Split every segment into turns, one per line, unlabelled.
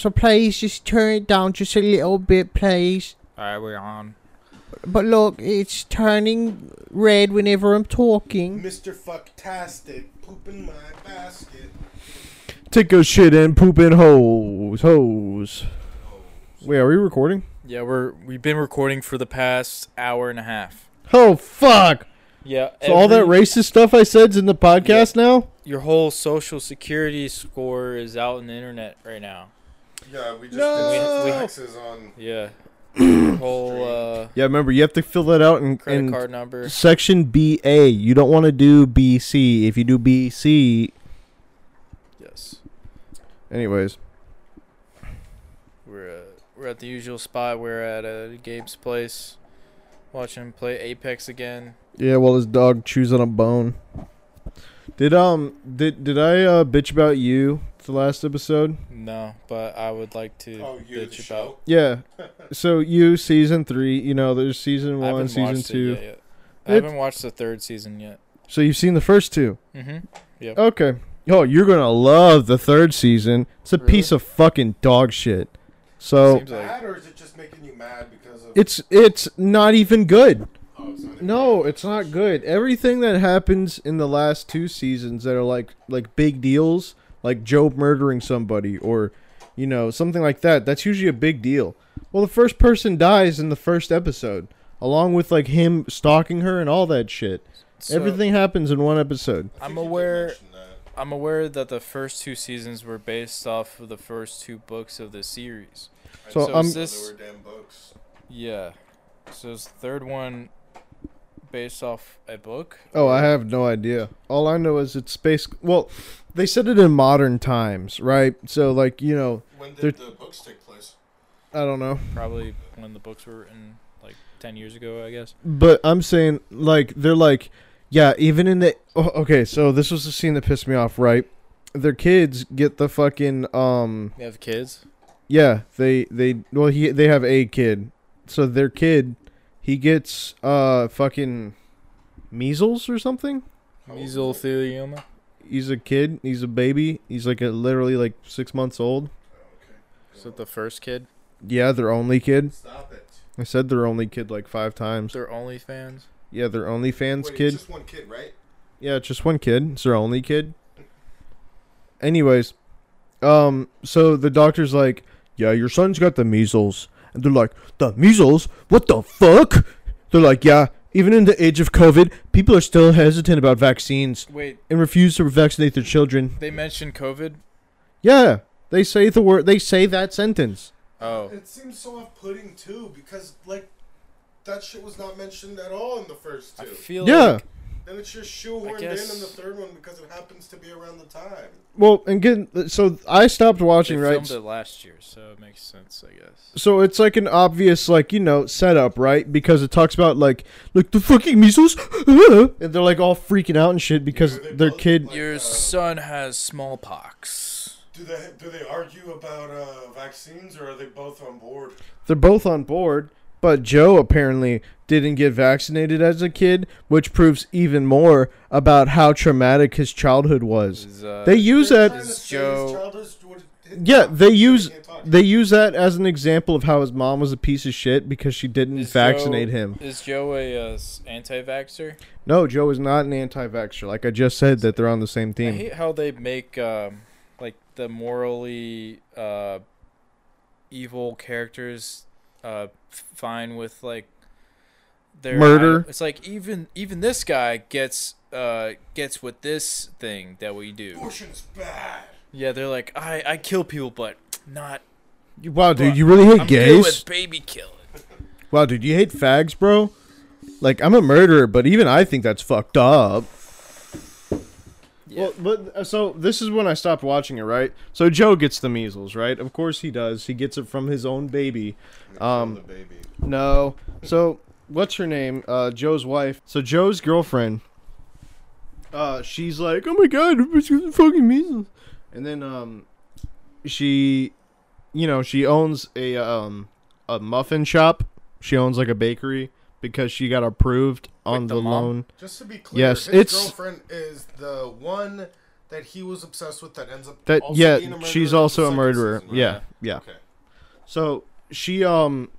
So please just turn it down just a little bit, please.
Alright, we're on.
But look, it's turning red whenever I'm talking.
Mr. Fucktastic, poop in my basket.
Take a shit and poop in holes. Holes. Wait, are we recording?
Yeah, we're we've been recording for the past hour and a half.
Oh fuck!
Yeah.
So all that
every-
racist stuff I said's in the podcast now.
your whole social security score is out on the internet right now.
Yeah, we just
No.
did some taxes on.
Yeah. Your whole uh,
Yeah, remember you have to fill that out in,
credit
in
card number.
section BA. You don't want to do BC. If you do BC,
Yes.
anyways.
We're uh, we're at the usual spot. We're at uh, Gabe's place, watching him play Apex again.
Yeah, well, his dog chews on a bone. Did um did did I uh, bitch about you the last episode?
No, but I would like to
Oh, you the
bitch about.
show.
Yeah. So you season three. You know, there's season
I haven't
one, season
watched it
two.
yet, yet. I
It-
haven't watched the third season yet.
So you've seen the first two.
Mm-hmm.
Okay. Oh, you're gonna love the third season. It's a
Really?
piece of fucking dog shit. So
Seems like
Mad or is it just making you mad because of?
it's it's not even good.
Oh, it's not
No, it's not good. Everything that happens in the last two seasons that are like like big deals, like Job murdering somebody or you know, something like that, that's usually a big deal. Well, the first person dies in the first episode, along with like him stalking her and all that shit.
so
Everything happens in one episode.
I think
I'm
you did
aware.
mention that.
I'm aware that the first two seasons were based off of the first two books of the series.
I
So,
just
um,
thought they
this-
were damn books.
Yeah. So is the third one based off a book?
Oh, I have no idea. All I know is it's space. Well, they said it in modern times, right? So, like, you know,
When
They're-
did the books take place?
I don't know.
Probably when the books were written, like ten years ago, I guess.
But I'm saying, like, they're like, yeah, even in the. Oh, okay, so this was the scene that pissed me off, right? Their kids get the fucking. um
They have kids.
Yeah, they. they Well, he they have a kid. So their kid, he gets uh fucking measles or something?
How old is it?
Mesothelioma.
He's a kid. He's a baby. He's like a, literally like six months old.
Is that the first kid?
Yeah, their only kid.
Stop it.
I said their only kid like five times.
Their OnlyFans.
Yeah, their only fans
Wait,
kid.
It's just one kid, right?
Yeah, it's just one kid. It's their only kid. Anyways, um, so the doctor's like, "Yeah, your son's got the measles," and they're like, "The measles? What the fuck?" They're like, "Yeah, even in the age of COVID, people are still hesitant about vaccines
Wait,
and refuse to vaccinate their children."
they mentioned COVID.
Yeah, they say the word. They say that sentence.
Oh,
It seems so off-putting too, because like that shit was not mentioned at all in the first
I
two.
feel
Yeah.
like
Then it's just shoehorned
guess-
in in the third one because it happens to be around the time.
Well, and get so I stopped
they
watching. right,
filmed it last year, so it makes sense, I guess.
So it's like an obvious, like you know, setup, right? Because it talks about like, like the fucking measles, and they're like all freaking out and shit because
Yeah, they
their
both-
kid.
Like,
Your
uh,
son has smallpox.
Do they do they argue about uh, vaccines or are they both on board?
They're both on board, but Joe apparently didn't get vaccinated as a kid, which proves even more about how traumatic his childhood was.
Is, uh,
They use
They're trying to
that.
say
Joe-
his child is- would-
Yeah, they use
can't talk.
they use that as an example of how his mom was a piece of shit because she didn't
Is
vaccinate
Joe-
him.
Is Joe a uh, s- anti-vaxxer?
No, Joe is not an anti-vaxxer. Like I just said, that they're on the same
I
team.
hate how they make um, like the morally uh, evil characters uh, f- fine with like their
Murder.
It's like even even this guy gets uh, gets with this thing that we do.
Abortion is bad.
Yeah, they're like I I kill people, but not
Wow, dude,
But
you really hate
I'm good
gays?
with baby killing.
Wow, dude, you hate fags, bro? Like, I'm a murderer, but even I think that's fucked up.
Yeah.
Well, but uh, so this is when I stopped watching it, right? So Joe gets the measles, right? Of course he does. He gets it from his own baby. Um,
the baby.
No. So what's her name? Uh, Joe's wife. So Joe's girlfriend. Uh, she's like, oh my god, it's fucking measles. And then um, she, you know, she owns a um a muffin shop. She owns like a bakery because she got approved on
Like the
the,
mom?
loan.
Just to be clear,
Yes,
his
it's-
girlfriend is the one that he was obsessed with that ends up
That
also
yeah,
being a
she's
murderer in
also
the
a
second
murderer.
season, right?
yeah, yeah.
Okay.
So she um,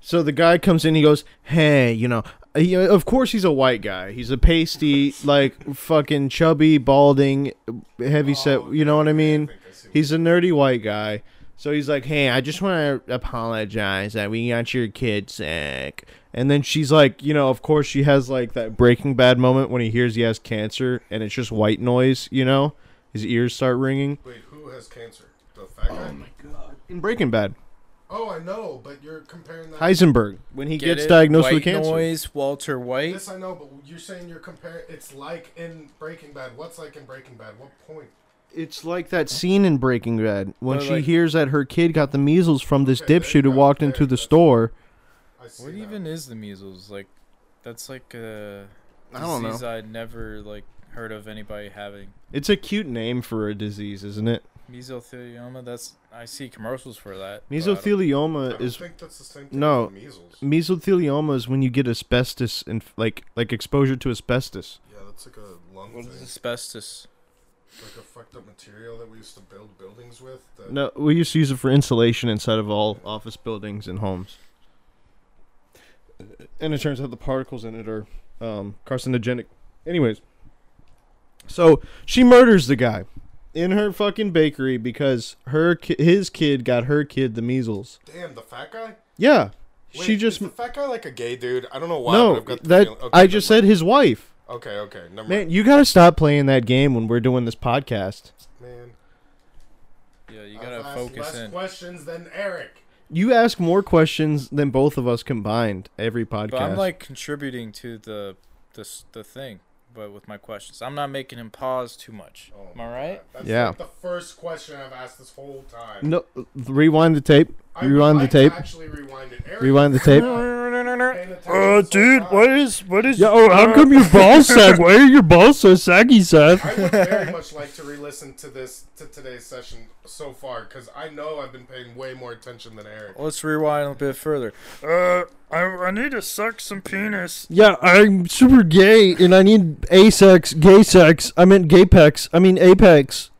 so the guy comes in. He goes, "Hey, you know." He, of course, he's a white guy. He's a pasty, like fucking chubby, balding, heavy set.
Oh,
You know what I
I
mean?
think I see what
He's a nerdy white guy. So he's like, "Hey, I just want to apologize that we got your kid sick." And then she's like, you know, of course she has like that Breaking Bad moment when he hears he has cancer, and it's just white noise. You know, his ears start ringing.
Wait, who has cancer? The fat guy?
Oh god! In Breaking Bad,
Oh, I know, but you're comparing that.
Heisenberg when he
Get
gets
it?
diagnosed
White
with cancer.
Noise, Walter White.
Yes, I know, but you're saying you're comparing. It's like in Breaking Bad. What's like in Breaking Bad? What point?
It's like that scene in Breaking Bad when
But,
she
like-
hears that her kid got the measles from this
Okay, there
dipshit
you
who
go.
walked
There,
into the
that's-
store.
I see
What
now.
even is the measles? Like, that's like a
I don't know.
disease I'd never like heard of anybody having.
It's a cute name for a disease, isn't it?
Mesothelioma. That's I see commercials for that. but I don't-
I don't
Mesothelioma is
think that's the same thing.
no.
as measles.
mesothelioma is when you get asbestos and like like exposure to asbestos.
Yeah, that's like a lung
What
thing.
is asbestos?
Like a fucked up material that we used to build buildings with. That
No, we used to use it for insulation inside of all office buildings and homes. And it turns out the particles in it are um, carcinogenic. Anyways, so she murders the guy in her fucking bakery because her ki- his kid got her kid the measles.
Damn, the fat guy.
Yeah,
Wait,
she just
is the fat guy like a gay dude. I don't know why. but
no
I've got the
that
feeling- okay,
I just
never
said his wife.
mind. Okay, okay, never
Man, you gotta stop playing that game when we're doing this podcast.
mind. man.
Yeah, you
I've
gotta
asked
focus
less
in.
questions than Eric.
You ask more questions than both of us combined every podcast.
But I'm like contributing to the this the thing, but with my questions, I'm not making him pause too much.
Oh
Am
my
I right?
God, That's
Yeah.
like the first question I've asked this whole time.
no, rewind the tape.
I would
Rewind the
like
tape.
To actually rewind it. Eric,
Rewind the
paying
tape.
attention this whole time.
is Uh, what is? uh,
Yeah, oh, how come your balls sag? Why are your balls so saggy, Seth?
I would very much like to re-listen to this to today's session so far because I know I've been paying way more attention than Eric.
Let's rewind a bit further.
Uh, I, I need to suck some penis.
Yeah, I'm super gay and I need asex, gay sex. I meant gay pecs. I mean apex.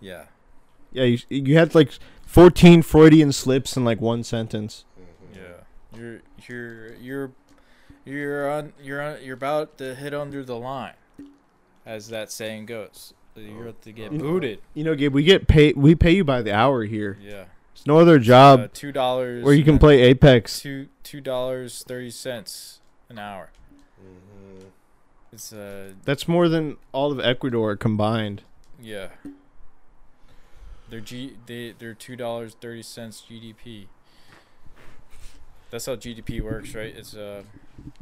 Yeah.
Yeah, you, you had like 14 Freudian slips in like one sentence.
Yeah, you're you're you're you're on you're on you're about to hit under the line, as that saying goes. You're about to get booted.
You know, Gabe, we get paid. We pay you by the hour here.
Yeah,
There's no other
uh,
job
two dollars
where you can play apex.
two two dollars thirty cents an hour. It's uh
That's more than all of Ecuador combined.
yeah. They're G they they're two dollars thirty cents GDP. That's how GDP works, right? It's uh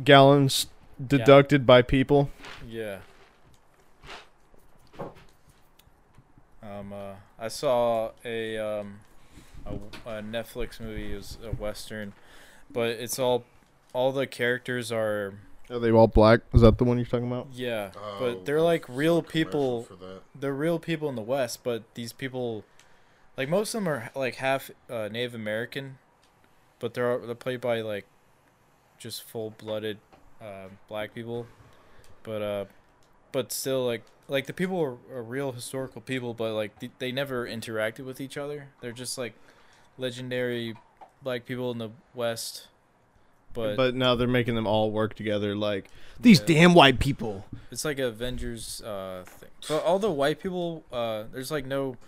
Gallons deducted by people.
Yeah. Um, uh, I saw a um, a, a Netflix movie. It was a western, but it's all all the characters are
Are they all black? Is that the one you're talking about?
yeah,
Oh,
but they're
I
like real
Commercial
people.
for that.
They're real people in the West, but these people, like most of them are like half uh, Native American, but they're they're played by like just full blooded uh, black people, but uh, but still like like the people are, are real historical people, but like th- they never interacted with each other. They're just like legendary black people in the West, but,
But, now they're making them all work together like these
Yeah.
damn white people.
It's like Avengers uh, thing. But all the white people, uh, there's like no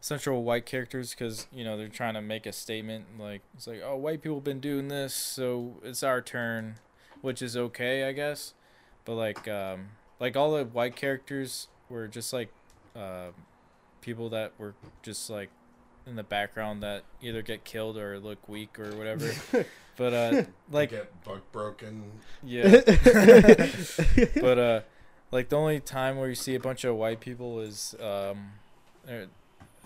central white characters because you know they're trying to make a statement. Like it's like, oh, white people been doing this, so it's our turn, which is okay, I guess. But like, um, like all the white characters were just like uh, people that were just like in the background that either get killed or look weak or whatever. but uh,
They
like
get buck broken.
yeah. but uh like the only time where you see a bunch of white people is um er,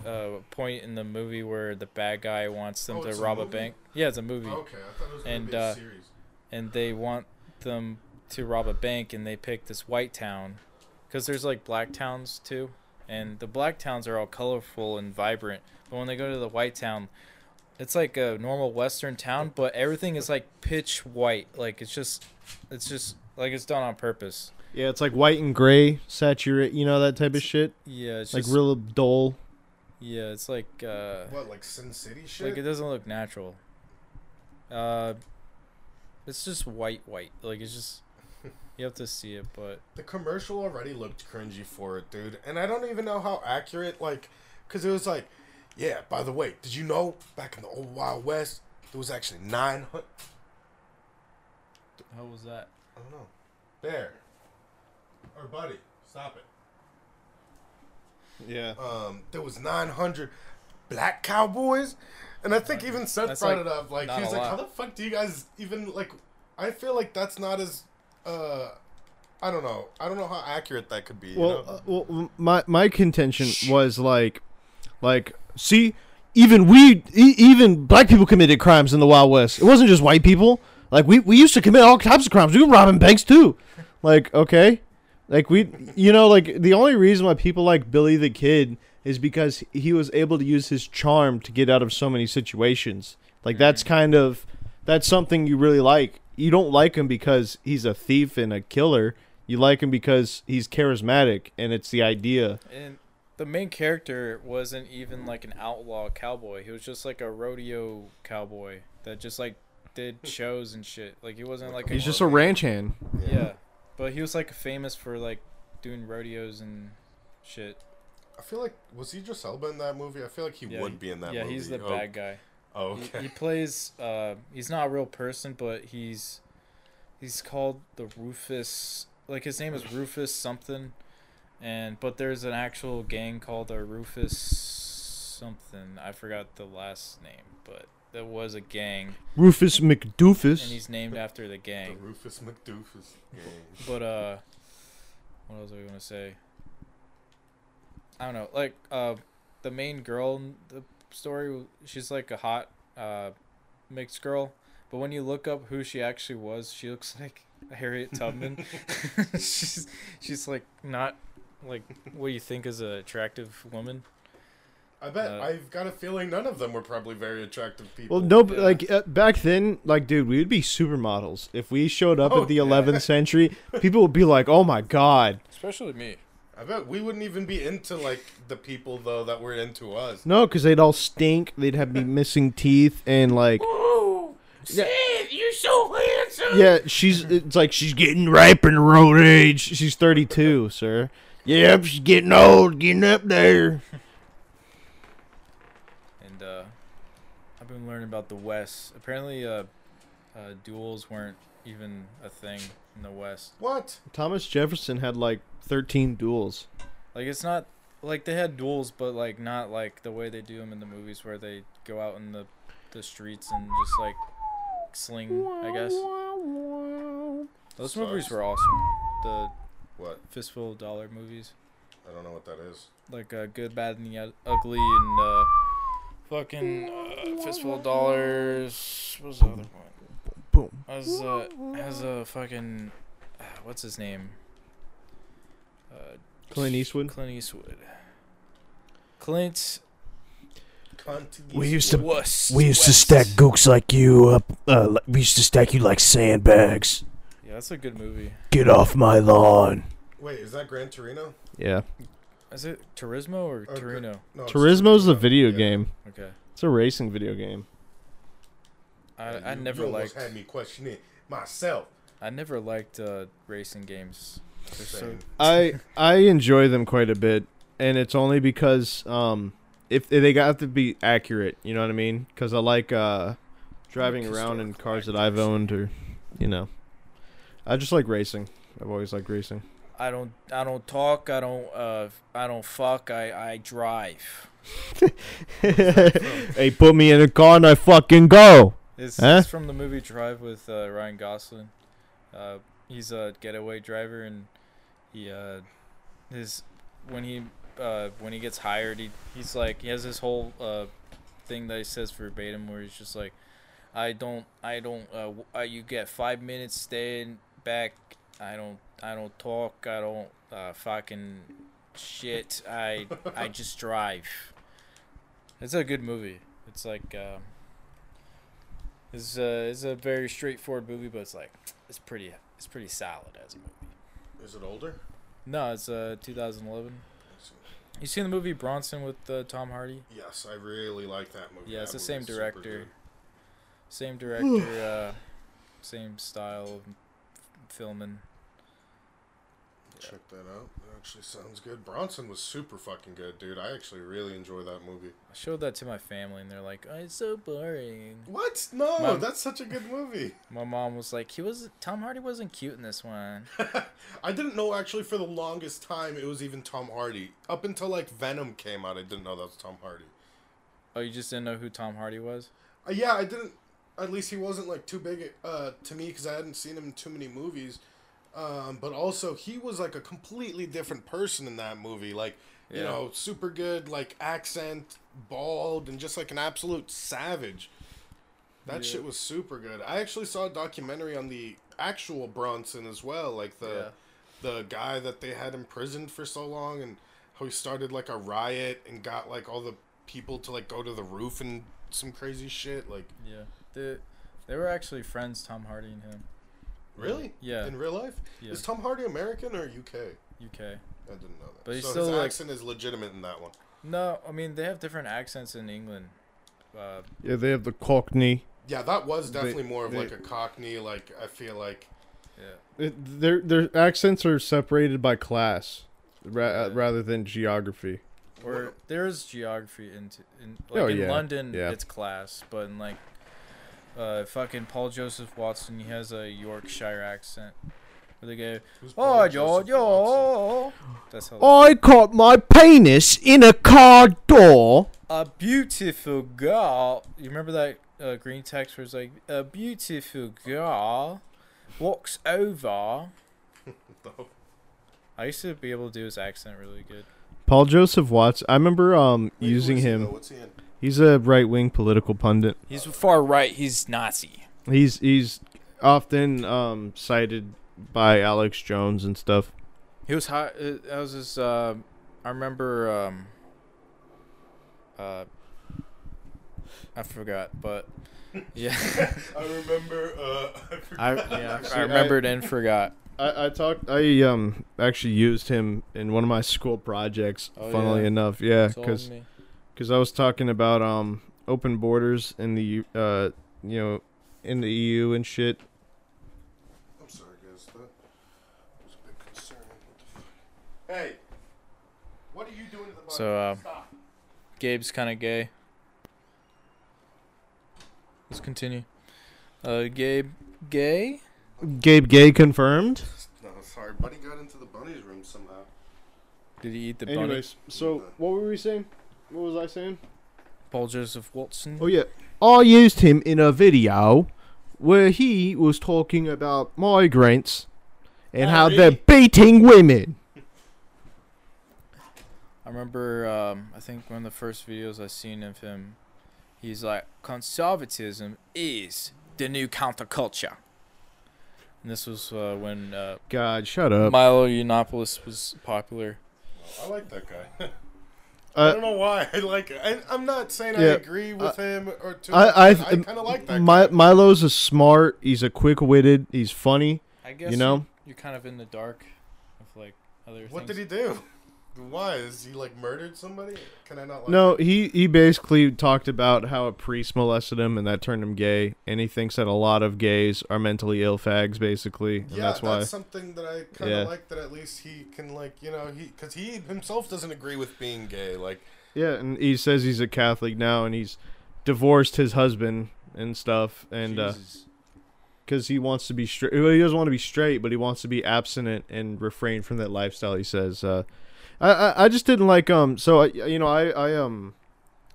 uh, a point in the movie where the bad guy wants them
Oh,
to
it's a
rob a,
movie? Oh,
bank. Yeah, it's a movie.
Okay, I thought it was gonna
And,
be a
uh,
series.
And they want them to rob a bank and they pick this white town cuz there's like black towns too. And the black towns are all colorful and vibrant. But when they go to the white town, it's like a normal western town, but everything is like pitch white. Like it's just it's just Like it's done on purpose.
Yeah, it's like white and gray, saturate, you know that type of shit.
Yeah, it's
like
just,
real dull.
Yeah, it's like uh,
What, like Sin City shit?
like it doesn't look natural. Uh, it's just white, white. Like it's just you have to see it, but
the commercial already looked cringy for it, dude. And I don't even know how accurate, like, because it was like, yeah, by the way, did you know back in the old Wild West, there was actually 900.
how was that?
I don't know. Bear. Or buddy, stop it.
Yeah.
um, there was 900 black cowboys, and I think even Seth
That's,
brought
like,
it up. Like
not
he's
a
like,
lot.
how the fuck do you guys even like? I feel like that's not as, uh, I don't know. I don't know how accurate that could be. you
Well,
know?
uh, well, m- my my contention was like, like, see, even we, e- even black people committed crimes in the Wild West. It wasn't just white people. Like we, we used to commit all types of crimes. We were robbing banks too. Like okay, like we, you know, like the only reason why people like Billy the Kid is because he was able to use his charm to get out of so many situations. Like that's kind of that's something you really like. You don't like him because he's a thief and a killer. You like him because he's charismatic and it's the idea.
And the main character wasn't even like an outlaw cowboy. He was just like a rodeo cowboy that just like did shows and shit. Like he wasn't like
He's just a ranch hand.
yeah, but he was like famous for like doing rodeos and shit.
I feel like was Idris Elba in that movie? I feel like he
Yeah,
would
he-
be in that
yeah,
movie.
he's the
oh,
bad guy.
Oh,
He-
okay.
He, plays. Uh, he's not a real person, but he's he's called the Rufus. Like his name is Rufus something, and but there's an actual gang called the Rufus something. I forgot the last name, but there was a gang,
Rufus
and
McDoofus.
he's named after the
The
gang.
Rufus McDoofus. Yeah.
But uh, what else are we gonna say? I don't know. Like uh, the main girl in the story, she's like a hot uh, mixed girl. But when you look up who she actually was, she looks like Harriet Tubman. she's she's like not like what you think is an attractive woman.
I bet
Uh,
I've got a feeling none of them were probably very attractive people.
Well, no, but
Yeah.
like uh, back then, like dude, we would be supermodels if we showed up
Oh,
at the
yeah.
11th century. People would be like, "Oh my god!"
Especially me.
I bet we wouldn't even be into like the people though that were into us.
No, because they'd all stink. They'd have be missing teeth and like. Yeah.
you're so handsome.
Yeah, she's. It's like she's getting ripe in road age. She's 32, sir. Yep, she's getting old, getting up there.
and uh, I've been learning about the West. Apparently, uh, uh, duels weren't even a thing in the West.
What?
Thomas Jefferson had like 13 duels.
Like it's not like they had duels, but like not like the way they do them in the movies, where they go out in the the streets and just like sling. I guess those movies were awesome. The
What?
fistful of dollar movies,
I don't know what that is.
like uh, Good, Bad, and the Ug- Ugly, and uh, fucking uh, fistful of dollars. What was the other one?
Boom.
As a as a fucking what's his name? Uh,
Clint Eastwood.
Clint Eastwood. Clint
We
used to-
Wuss.
We used to stack gooks like you up. Uh, li- we used to stack you like sandbags.
Yeah, that's a good movie.
Get off my lawn.
Wait, is that Gran Torino?
Yeah.
Is it Turismo or
Or
Torino?
No, it's
Turismo's a
Torino.
video
Yeah.
game.
Okay.
It's a racing video game.
I,
Yeah,
I
you-
never
you almost
liked
had me questioning myself.
I never liked uh, racing games. They're so
Same.
I I enjoy them quite a bit, and it's only because um if they got to be accurate, you know what I mean? Because I like uh driving around in cars that I've owned, or you know, I just like racing. I've always liked racing.
I don't I don't talk, I don't uh I don't fuck, I I drive.
hey, put me in a car and I fucking go.
It's,
Huh?
it's from the movie Drive with uh, Ryan Gosling. Uh, he's a getaway driver, and he uh, his when he uh, when he gets hired, he, he's like he has this whole uh, thing that he says verbatim, where he's just like, "I don't, I don't, uh, w- uh, you get five minutes staying back. I don't, I don't talk. I don't uh, fucking shit. I I just drive." It's a good movie. It's like. Uh, It's uh, it's a very straightforward movie, but it's like it's pretty it's pretty solid as a movie.
Is it older?
No, it's uh 2011. You seen the movie Bronson with uh, Tom Hardy?
Yes, I really like that movie.
Yeah, it's
That
the same
movie's super
director.
good.
Same director, uh, same style of filming.
Check that out. That actually sounds good. Bronson was super fucking good, dude. I actually really enjoy that movie.
I showed that to my family, and they're like, oh, "It's so boring."
What? No,
Mom.
that's such a good movie.
My mom was like, "He was Tom Hardy wasn't cute in this one."
I didn't know actually for the longest time it was even Tom Hardy. Up until like Venom came out, I didn't know that was Tom Hardy.
oh, you just didn't know who Tom Hardy was?
Uh, yeah, I didn't. At least he wasn't like too big uh, to me because I hadn't seen him in too many movies. Um, but also, he was like a completely different person in that movie. Like, you
Yeah.
know, super good, like accent, bald, and just like an absolute savage. That shit was super good. I actually saw a documentary on the actual Bronson as well, like the the guy that they had imprisoned for so long, and how he started like a riot and got like all the people to like go to the roof and some crazy shit. Like,
Yeah, the they were actually friends, Tom Hardy and him.
Really?
Yeah.
In real life?
Yeah.
Is Tom Hardy American or UK?
UK.
I didn't know that.
But he's
so
still,
his
like-
accent is legitimate in that one.
No, I mean they have different accents in England. Uh,
Yeah, they have the Cockney.
Yeah, that was
They-
definitely more of
they-
like a Cockney. Like I feel like
yeah,
It, their their accents are separated by class, ra- uh,
Yeah.
rather than geography.
or there is geography into in like
Oh,
in
yeah,
London,
yeah.
it's class, but in like uh, fucking Paul Joseph Watson, he has a Yorkshire accent. Where they go,
who's
oh,
Paul
yo,
Joseph Watson? Oh.
yo. That's how.
I caught my penis in a car door.
a beautiful girl. You remember that uh, green text where it's like, a beautiful girl walks over.
No.
I used to be able to do his accent really good.
Paul Joseph Watts. I remember um
Wait, who
using
is he,
him.
though? What's he in?
He's a right wing political pundit.
He's far right. He's Nazi.
He's he's often um cited by Alex Jones and stuff.
He was hot. uh, That was his. Uh, I remember. Um, uh, I forgot, but yeah,
I remember. Uh,
I yeah, I
Actually, I-
remembered and forgot.
I, I talked. I um actually used him in one of my school projects.
Oh,
funnily
yeah.
enough, yeah,
Told
because
me.
because I was talking about um open borders in the uh you know in the EU and shit.
I'm sorry, guys. That was a bit concerning. What the fuck? Hey, what are you doing to the mic?
So, uh,
Stop.
Gabe's kind of gay. Let's continue. Uh, Gabe, gay?
Gabe Gay confirmed.
No, sorry. Buddy got into the bunny's room somehow.
Did he eat the bunny?
Anyways, so what were we saying? What was I saying?
Paul Joseph Watson.
Oh yeah, I used him in a video where he was talking about migrants and how they're beating women.
I remember. Um, I think one of the first videos I seen of him, he's like, "Conservatism is the new counterculture." And this was uh, when uh,
God, shut up.
Milo Yiannopoulos was popular.
I like that guy. I
Uh,
don't know why I like it. I, I'm not saying I
Yeah.
agree with him or to.
I, I,
I kind of like that.
Mi-
guy.
Milo's a smart. He's a quick-witted. He's funny.
I guess
you know.
you're kind of in the dark of like other.
What
things.
did he do? Why is he like murdered somebody? Can I not? Like
No, he he basically talked about how a priest molested him and that turned him gay, and he thinks that a lot of gays are mentally ill fags, basically, and
Yeah,
that's why.
something that I kind of
Yeah.
like. That at least he can like you know he because he himself doesn't agree with being gay. Like
Yeah, and he says he's a Catholic now, and he's divorced his husband and stuff, and uh
Jesus.
'cause because he wants to be straight. Well, he doesn't want to be straight, but he wants to be abstinent and refrain from that lifestyle. He says, uh, I, "I I just didn't like um." So I you know I I um.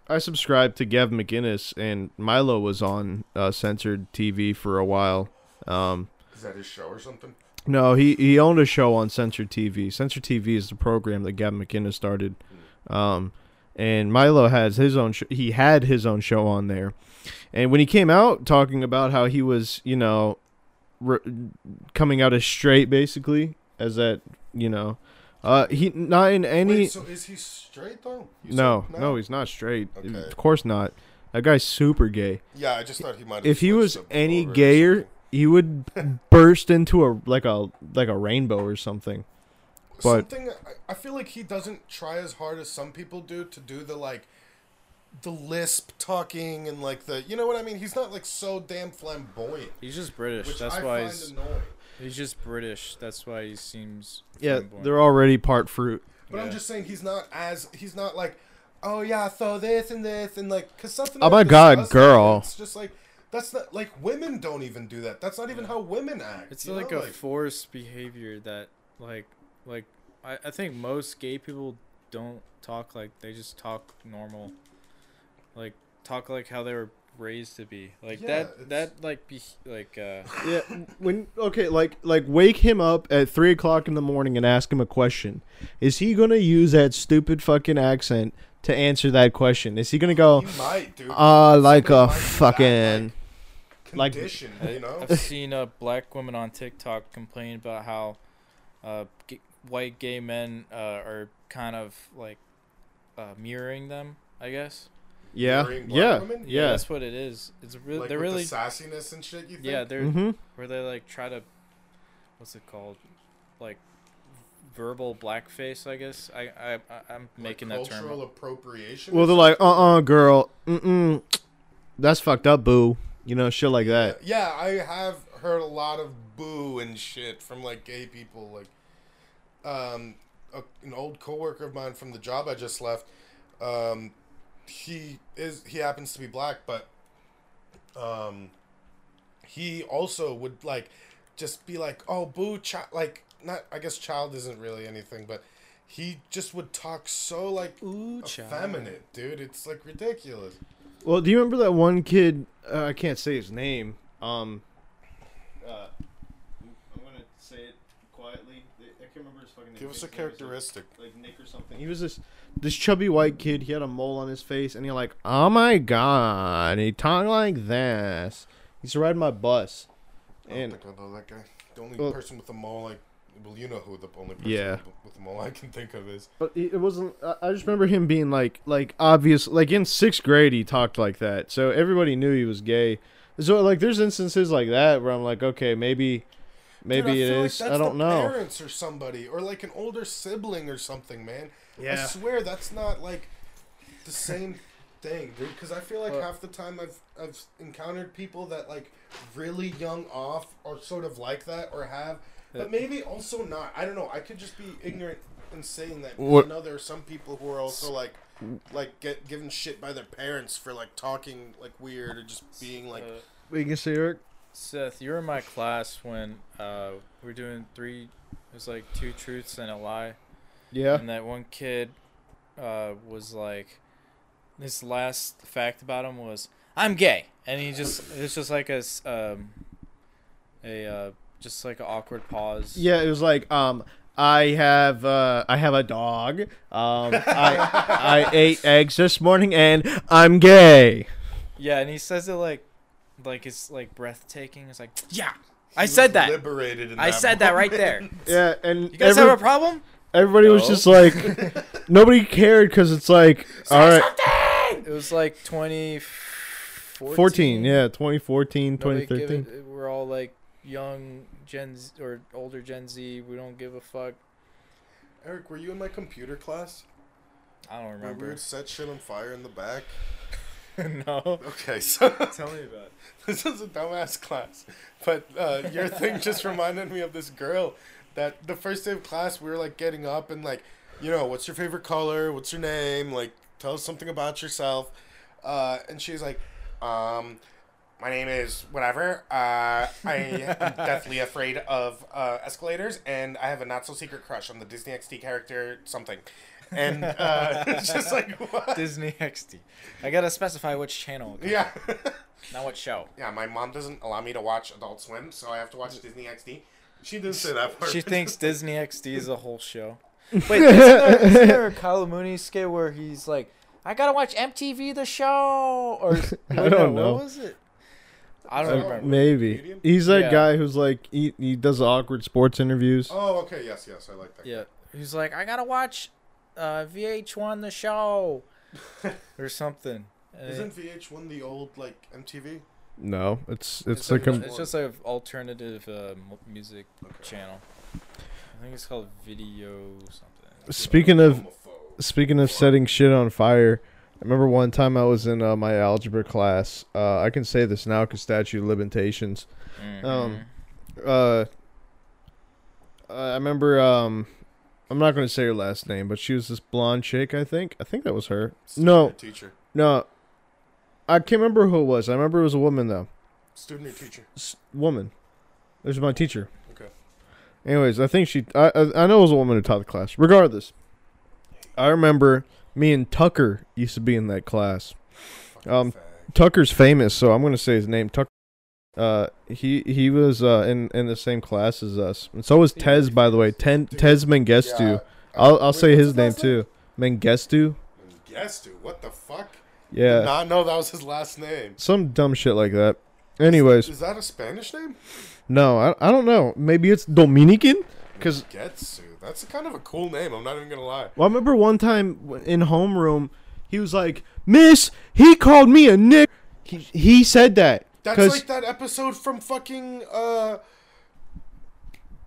I subscribed to Gav McGinnis and Milo was on uh, censored TV for a while. Um,
is that his show or something?
no, he, he owned a show on Censored TV. Censored TV is the program that Gavin McInnes started. Um, and Milo has his own sh- he had his own show on there. And when he came out talking about how he was, you know, re- coming out as straight basically as that, you know, uh, he not in any
Wait, so is he straight though? You
no,
said
no, he's not straight.
Okay.
Of course not. That guy's super gay.
Yeah, I just thought he might. have
If he
switched
was
up
any
over or
gayer,
something.
he would burst into a like a like a rainbow or something. but-
something I- I feel like he doesn't try as hard as some people do to do the like the lisp talking and like the you know what I mean. He's not like so damn flamboyant,
He's just British.
which
That's
I
why
find
he's
annoying.
he's just British. That's why he seems.
Yeah,
flamboyant.
they're already part fruit.
But I'm
Yeah.
just saying he's not as he's not like oh yeah throw this and this and like because something.
Oh
I've
my God,
discussed,
girl.
It's just like that's not like women don't even do that. That's not even how women act.
It's
you
like
know?
a forced behavior that like like I, I think most gay people don't talk like they just talk normal. Like talk like how they were raised to be. Like
Yeah, it's-
that that like be like uh
Yeah, when okay, like like wake him up at three o'clock in the morning and ask him a question. Is he gonna use that stupid fucking accent to answer that question? Is he gonna go,
You might, dude.
ah, like
Somebody
a
might be that,
fucking? like-
like condition, you know?
I've seen a black woman on TikTok complain about how uh, g- white gay men uh, are kind of like uh, mirroring them. I guess.
Yeah,
Marrying black
yeah,
women?
yeah.
that's what it is. It's really
like
they're
with
really
the sassiness and shit. You think?
yeah they're
Mm-hmm.
where they like try to what's it called like verbal blackface. I guess I I I- I'm making that term.
cultural
up.
appropriation.
Well, they're like, uh, uh girl, mm, mm, that's fucked up, boo. You know, shit like that.
yeah, I have heard a lot of boo and shit from like gay people. Like, um, a, an old coworker of mine from the job I just left. Um, he is he happens to be black, but um, he also would like just be like, "Oh, boo, child!" Like, not I guess child isn't really anything, but he just would talk so like effeminate, dude. It's like ridiculous.
Well, do you remember that one kid? Uh, I can't say his name. Um, uh, I'm gonna say it quietly. I can't remember his fucking name.
Give us a characteristic.
like Nick or something. He was this this chubby white kid. He had a mole on his face, and he like, oh my god, he talked like this. He used to ride my bus,
I
and
don't think I know that guy. The only
Well-
person with a mole, like, well, you know who the only person
Yeah.
with a mole I can think of is.
but he- it wasn't. I- I just remember him being like, like obvious, like in sixth grade, he talked like that, so everybody knew he was gay. So like, there's instances like that where I'm like, okay, maybe, maybe
Dude, I
it
feel
is.
Like
I
that's
don't
the
know.
Parents or somebody, or like an older sibling or something, man. I
Yeah.
swear that's not like the same thing, dude. Because I feel like
Uh.
half the time I've I've encountered people that like really young off or sort of like that or
Uh.
have, but maybe also not. I don't know. I could just be ignorant in saying that. 'cause
What-
I know there are some people who are also like. Like get given shit by their parents for like talking like weird or just being like
Uh,
We can see Eric.
Seth, you were in my class when uh, we were doing three. It was like two truths and a lie.
Yeah.
And that one kid uh, was like, his last fact about him was, "I'm gay," and he just it's just like a s- um, a uh, just like an awkward pause.
Yeah, it was like um I have uh I have a dog. Um I I ate eggs this morning and I'm gay.
yeah, and he says it like, like it's like breathtaking. It's like, yeah, I said that.
liberated. In
I said that right there.
Yeah, and
You guys
every-
have a problem?
everybody was
No.
just like nobody cared cuz it's like all right
It was like twenty fourteen.
14, yeah, 2014,
Nobody give
2013.
it- we're all like young Gen Z or older Gen Z. We don't give a fuck.
Eric, were you in my computer class?
I don't
Where we
remember.
would set shit on fire in the back?
no.
Okay, so
Tell me about it.
this is a dumbass class. But uh, your thing just reminded me of this girl that the first day of class we were like getting up and like, you know, what's your favorite color? What's your name? Like, tell us something about yourself. Uh, and she's like, um, my name is whatever. Uh, I am deathly afraid of uh, escalators, and I have a not so secret crush on the Disney XD character something. And uh, it's just like, what?
Disney XD. I gotta specify which channel,
Yeah.
not what show.
Yeah, my mom doesn't allow me to watch Adult Swim, so I have to watch Disney XD. Mm. She didn't say that part.
She thinks Disney XD is a whole show. Wait, isn't there, isn't there a Kyle Mooney skit where he's like, "I gotta watch MTV The Show," or
I don't know.
What was it? I don't
Uh,
remember.
Maybe.
Comedian?
He's that
Yeah.
guy who's like he, he does awkward sports interviews.
Oh, okay. Yes, yes, I like that.
Yeah. He's like, I gotta watch uh, VH1 The Show or something. And it-
Isn't VH1 the old like MTV?
No, it's it's
It's
the
like
com-
a-
it's just like alternative uh, mu- music channel. I think it's called Video something.
speaking of
Homophobe.
speaking of setting shit on fire. I remember one time I was in uh, my algebra class. Uh, I can say this now because statute of limitations.
Mm-hmm.
Um, uh, I remember. Um, I'm not going to say her last name, but she was this blonde chick. I think. I think that was her.
Student
No,
or teacher,
no. I can't remember who it was. I remember it was a woman though.
student or teacher.
S- woman. There's my teacher.
Okay.
Anyways, I think she. I I I know it was a woman who taught the class. Regardless, I remember me and Tucker used to be in that class.
Fucking
Um,
fag.
Tucker's famous, so I'm gonna say his name. Tucker. Uh, he he was uh in in the same class as us, and so was
He
Tez.
was
By the way, Ten,
Dude,
Tez Mengestu.
Yeah, Uh,
I'll
wait,
I'll say
what's
his
his
name
last name?
too. Mengestu.
Yes, dude. What the fuck?
Yeah,
Nah, no, that was his last name.
some dumb shit like that. Anyways,
Is that a Spanish name?
no, I, I don't know. Maybe it's Dominican, because
Getsu. That's kind of a cool name. I'm not even gonna lie.
Well, I remember one time w- in homeroom, he was like, "Miss, he called me a nick." He, he said that
That's
because
like that episode from fucking uh,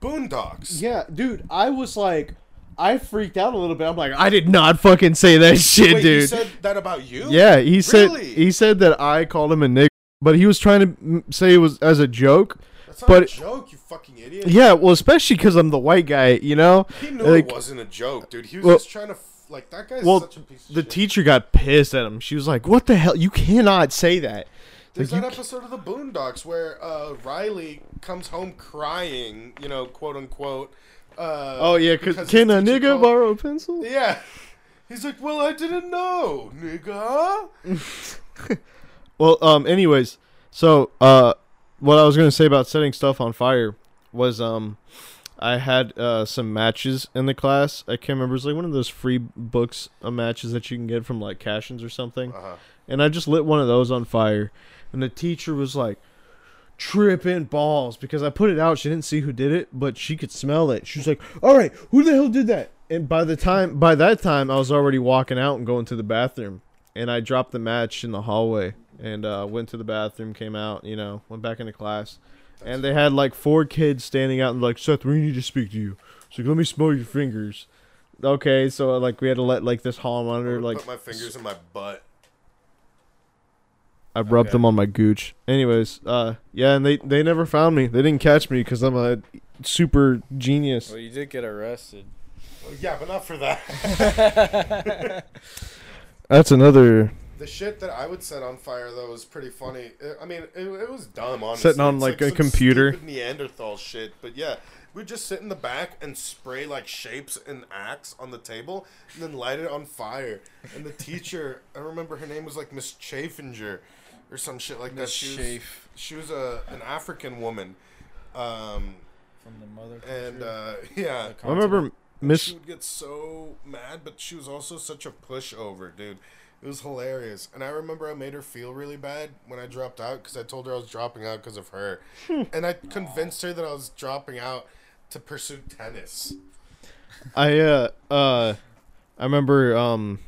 Boondocks.
yeah, dude, I was like, I freaked out a little bit. I'm like, I did not fucking say that shit,
Wait,
dude.
you said that about you?
yeah, he said
Really?
he said that I called him a nick, but he was trying to mm, say it was as a joke.
That's not
but-
a joke, you fucking idiot.
Yeah, well, especially because I'm the white guy, you know.
He knew
Like,
it wasn't a joke, dude. He was
well-
just trying to f- like that guy's
Well,
such a piece of
the
shit.
teacher got pissed at him. She was like, "What the hell? You cannot say that."
There's
like,
that
you c-
episode of the Boondocks where uh, Riley comes home crying, you know, quote unquote. Uh,
Oh yeah, cause,
because
can
his
a
teacher
nigga
called-
borrow a pencil?
Yeah. He's like, well, I didn't know, nigga.
Well, um, anyways, so uh, what I was gonna say about setting stuff on fire was um, I had uh some matches in the class. I can't remember. It's like one of those free books of matches that you can get from like Cashins or something.
Uh-huh.
And I just lit one of those on fire, and the teacher was like tripping balls because I put it out. She didn't see who did it, but she could smell it. She was like, "All right, who the hell did that?" And by the time by that time, I was already walking out and going to the bathroom, and I dropped the match in the hallway and uh, went to the bathroom, came out, you know, went back into class, and they had like four kids standing out and like, "Seth, we need to speak to you." She's like, "Let me smell your fingers." Okay, so like we had to let like this hall monitor like
Put my fingers in my butt.
I rubbed
Okay.
them on my gooch. Anyways, uh, yeah, and they they never found me. They didn't catch me because I'm a super genius.
well, you did get arrested.
Well, yeah, but not for that.
That's another
the shit that I would set on fire though was pretty funny. I- I mean, it, it was dumb. Honestly,
Setting on,
It's
like, a
some
computer.
stupid Neanderthal shit. But yeah, we'd just sit in the back and spray like shapes and acts on the table, and then light it on fire. And the teacher, I remember her name was like Miss Chaffinger, or some shit like that.
Miss
She was,
Chafe
she was a an African woman, um,
from the mother.
and
country.
uh, yeah,
I remember
she
Miss
would get so mad, but she was also such a pushover, dude. It was hilarious, and I remember I made her feel really bad when I dropped out because I told her I was dropping out because of her,
Hmm.
and I convinced her that I was dropping out to pursue tennis.
I uh uh I remember um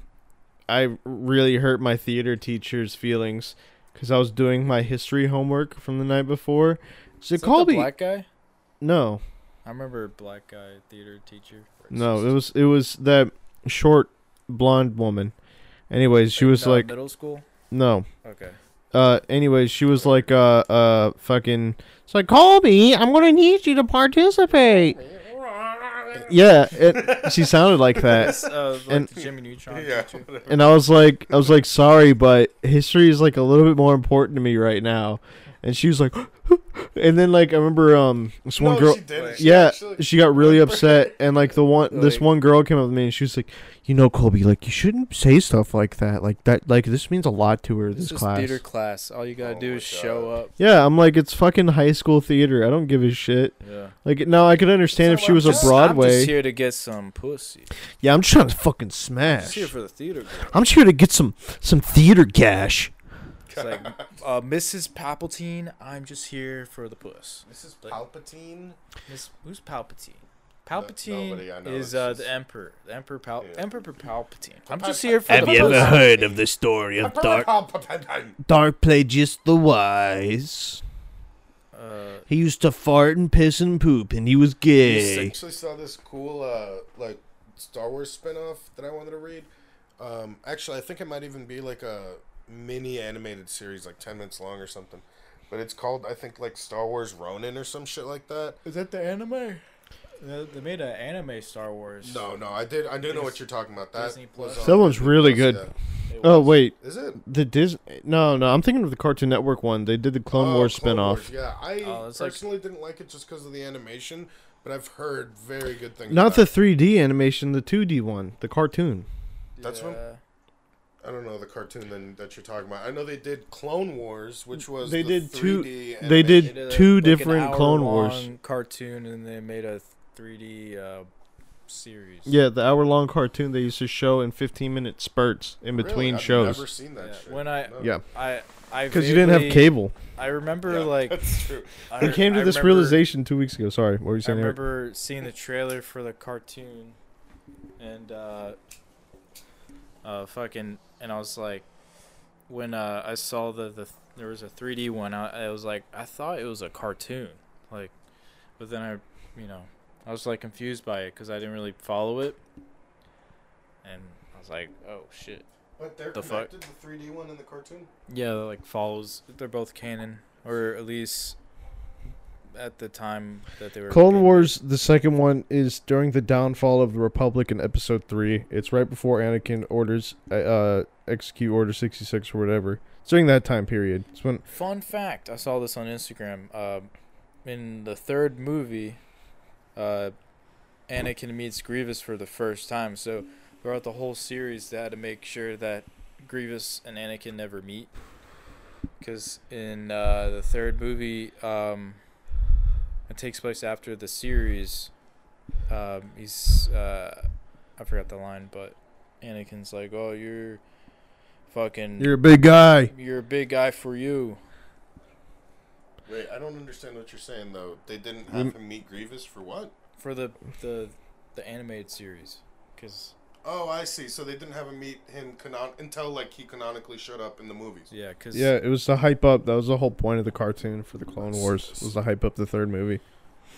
I really hurt my theater teacher's feelings because I was doing my history homework from the night before. She
Is that the
called me.
black guy.
No,
I remember black guy theater teacher.
no, it was it was that short blonde woman. Anyways, she was
no,
like,
middle school.
no.
Okay.
uh anyways she was like uh uh fucking it's like colby i'm gonna need you to participate yeah it, she sounded like that
That's uh, like
And-
the Jimmy Neutron.
Yeah,
teacher.
and i was like i was like sorry but history is like a little bit more important to me right now and she was like and then like i remember um this one
no,
girl
she didn't.
yeah,
actually-
she got really upset, and like the one, this
Like-
one girl came up to me and she was like, "You know, Colby, like you shouldn't say stuff like that. Like that, like this means a lot to her. This
This is
class,
theater class. All you gotta
Oh
do
my
is show up.
Yeah, I'm like, it's fucking high school theater. I don't give a shit.
Yeah.
Like, no, I could understand if she was a
Just- I'm just
Broadway.
here to get some pussy.
Yeah, I'm trying to fucking
I'm just
smash.
here for the theater. Girl.
I'm just here to get some some theater gash.
It's like uh, Mrs. Palpatine. I'm just here for the puss.
Mrs. Palpatine.
Miss, who's Palpatine? Palpatine
nobody I know
is
that's
uh,
just-
the Emperor. The Emperor Pal-
Yeah.
Emperor Palpatine. I'm
Pal-
just here for
Have
the
you ever
person.
heard of the story of Dark
Dark played just the wise.
Uh,
He used to fart and piss and poop, and he was
I
gay.
actually saw this cool uh like Star Wars spin-off that I wanted to read. Um actually I think it might even be like a mini animated series like 10 minutes long or something. But it's called I think like Star Wars Ronin or some shit like that.
is that the anime? They, they made an anime Star Wars.
No, no, I did I do know what
Dis-
you're talking about. That
Disney Plus.
was on
That one's
Disney
really
Plus,
good.
yeah.
It
Oh
was-
wait,
Is it?
the Disney? No, no. I'm thinking of the Cartoon Network one. They did the Clone
Oh,
Wars
Clone
spinoff.
Wars, Yeah, I
Oh, that's like-
personally didn't like it just because of the animation, but I've heard very good things.
Not
about
the
it.
3D animation, the 2D one, the cartoon.
That's when-
yeah.
I don't know the cartoon then that you're talking about. I know they did Clone Wars, which was
They
the
did two-
3D
they did
They did a-
two
like an
different Clone Wars.
hour-long cartoon, and they made a 3D uh, series.
Yeah, the hour-long cartoon they used to show in 15-minute spurts in between
I've
shows.
Never seen that
Yeah,
shit.
when I-
No.
Yeah,
I I
because you didn't have
vaguely-
cable.
I remember
Yeah,
like
that's true.
I,
We came to
I
this
remember-
realization two weeks ago. Sorry, what were
I
you saying? Eric?
remember seeing the trailer for the cartoon, and uh, uh, fucking, and I was like, when uh, I saw the the there was a 3D one, I, I was like, I thought it was a cartoon, like, but then I, you know, I was like confused by it because I didn't really follow it, and I was like, oh shit,
But they're
The fuck?
connected, the 3D one and the cartoon.
yeah, that, like follows. They're both canon, or at least at the time that they were.
Clone
being
Wars, the second one, is during the downfall of the Republic in Episode Three. It's right before Anakin orders uh, uh, execute Order sixty six or whatever. It's during that time period. It's when
Fun fact: I saw this on Instagram. Uh, in the third movie, uh, Anakin meets Grievous for the first time. So throughout the whole series, they had to make sure that Grievous and Anakin never meet. Because in uh, the third movie, um, it takes place after the series. Um, he's uh, I forgot the line, but Anakin's like, "Oh, you're fucking."
you're a big guy.
you're a big guy for you.
Wait, I don't understand what you're saying though. They didn't have him meet Grievous for what?
for the the the animated series because
Oh, I see. So they didn't have him meet him canon- until like he canonically showed up in the movies.
yeah because
Yeah, it was to hype up. That was the whole point of the cartoon for the Clone Wars was to hype up the third movie.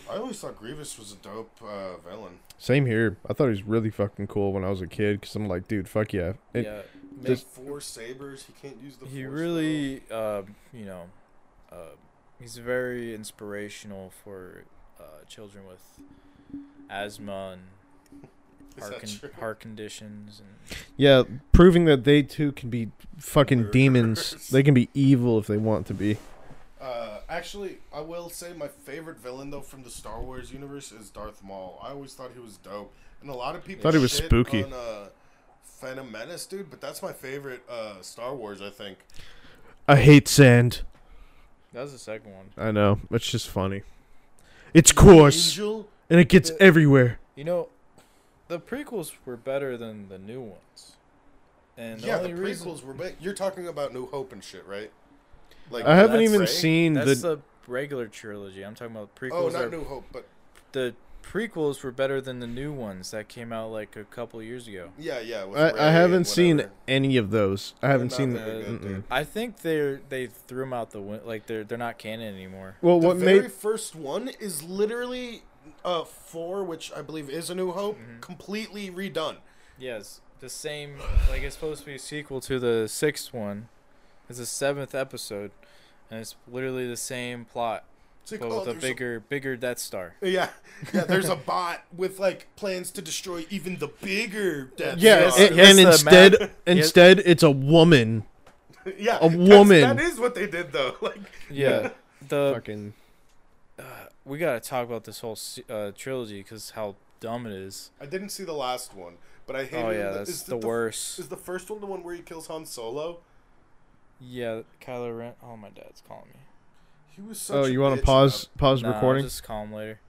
I always thought Grievous was a dope uh, villain.
Same here. I thought he was really fucking cool when I was a kid because I'm like, dude, fuck yeah. It-
yeah
He had
Just-
four sabers. He can't use the.
he
force,
really uh, you know uh, he's very inspirational for uh, children with asthma and
though. Is
heart,
that
con-
true?
heart conditions and
Yeah, proving that they too can be fucking demons. They can be evil if they want to be.
Uh, actually, I will say my favorite villain though from the Star Wars universe is Darth Maul. I always thought he was dope, and a lot of people
Thought he was
shit
spooky.
On, uh, Phantom Menace, dude, but that's my favorite uh, Star Wars. I think.
I hate sand.
that was the second one
I know. It's just funny. It's coarse
Angel.
and it gets everywhere.
you know the prequels were better than the new ones and the
yeah, the
only
prequels
reason-
were. Ba- you're talking about New Hope and shit, right? Like
I haven't
that's
even
Rey?
seen the,
that's the regular trilogy I'm talking about prequels
Oh, not
are
New Hope, but
the prequels were better than the new ones that came out like a couple years ago.
yeah, yeah. with Rey
I, I haven't
and
seen
whatever.
any of those. I haven't
not
seen the,
very good,
mm-mm.
dude.
I think they're they threw them out the win- like they're they're not canon anymore.
Well,
The
what
very
made
first one is literally uh four, which I believe is a New Hope,
Mm-hmm.
completely redone.
Yes, the same like it's supposed to be a sequel to the sixth one. It's the seventh episode, and it's literally the same plot
It's like,
but
oh,
with a
there's
bigger bigger Death Star.
Yeah, yeah. There's a bot with like plans to destroy even the bigger Death
yeah,
Star.
and-
yes,
and
the
instead,
map-
instead, it's a woman.
yeah,
a
that's-
woman.
That is what they did though. Like,
Yeah, the
Fucking
we gotta talk about this whole se- uh, trilogy because how dumb it is.
I didn't see the last one, but I hate.
Oh
it.
yeah,
Is
that's
it
the worst.
Is the first one the one where he kills Han Solo?
Yeah, Kylo Ren. Oh, my dad's calling me.
He was. Such
Oh,
a
you
want
want to pause? Pause
Nah, I'll
recording.
just call him later.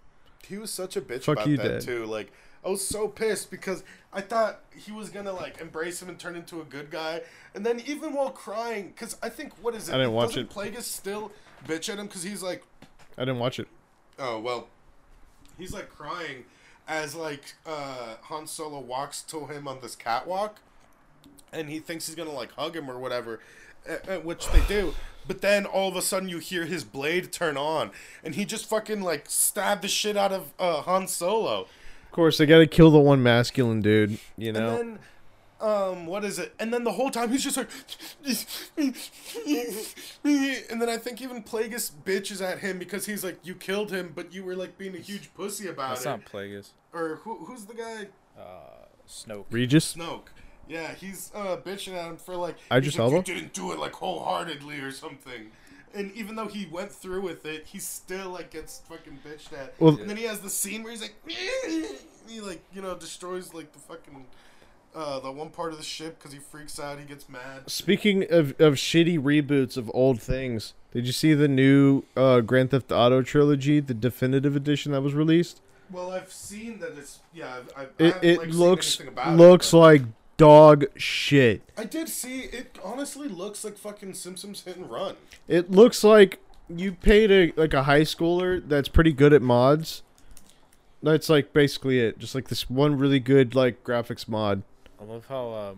He was such a bitch
Fuck
about
you,
that
Dad.
too. Like I was so pissed because I thought he was gonna like embrace him and turn into a good guy, and then even while crying, because I think what is it?
I didn't watch
Doesn't
it.
Plagueis still bitch at him because he's like,
I didn't watch it.
oh well, he's like crying. as like uh, Han Solo walks to him on this catwalk, and he thinks he's gonna like hug him or whatever, uh, uh, which they do. But then all of a sudden you hear his blade turn on, and he just fucking like stabbed the shit out of uh, Han Solo.
Of course, they gotta kill the one masculine dude. You
And
know.
then, um, what is it? And then the whole time he's just like, and then I think even Plagueis bitches at him because he's like, you killed him, but you were like being a huge pussy about
That's
it.
not Plagueis.
Or who, who's the guy?
Snoke.
Regis.
Snoke. Yeah, he's uh, bitching at him for like,
Idris
he's
Elba?
like you didn't do it like wholeheartedly or something. And even though he went through with it, he still like gets fucking bitched at.
Well-
and then he has the scene where he's like, and he like you know destroys like the fucking uh, the one part of the ship because he freaks out. He gets mad.
Speaking of, of shitty reboots of old things, did you see the new uh, Grand Theft Auto trilogy, the definitive edition that was released?
Well, I've seen that it's yeah. I've, I've, I
It,
haven't,
it
like, seen
looks
anything about
looks
it, but-
like dog shit.
I did see it. Honestly, looks like fucking Simpsons Hit and Run.
It looks like you paid a like a high schooler that's pretty good at mods. That's like basically it. Just like this one really good like graphics mod.
I love how uh,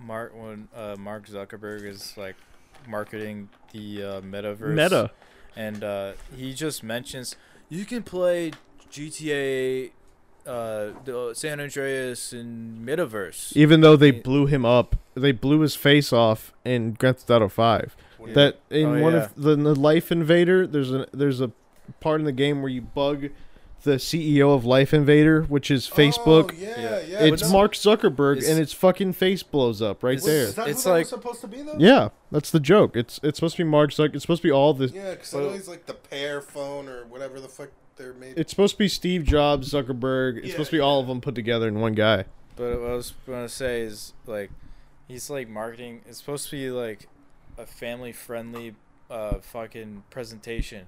Mark when uh, Mark Zuckerberg is like marketing the uh, metaverse.
Meta.
and uh, he just mentions you can play GTA, uh, the San Andreas in metaverse.
Even though they blew him up, they blew his face off in Grand Theft Auto Five. That in
Oh,
one of the, the Life Invader, there's a there's a part in the game where you bug the CEO of Life Invader, which is Facebook.
Oh, yeah, yeah.
Yeah.
it's
but no-
Mark Zuckerberg,
It's-
and his fucking face blows up right
It's-
there.
Is that
It's
who that
like-
was supposed to be though?
Yeah, that's the joke. It's it's supposed to be Mark Zuck. It's supposed to be all the.
Yeah, because
Well-
always like the pair phone or whatever the fuck they're made.
It's supposed to be Steve Jobs, Zuckerberg. It's
Yeah,
supposed to be all of them put together in one guy.
But what I was gonna say is like, he's like marketing. It's supposed to be like a family friendly, uh, fucking presentation.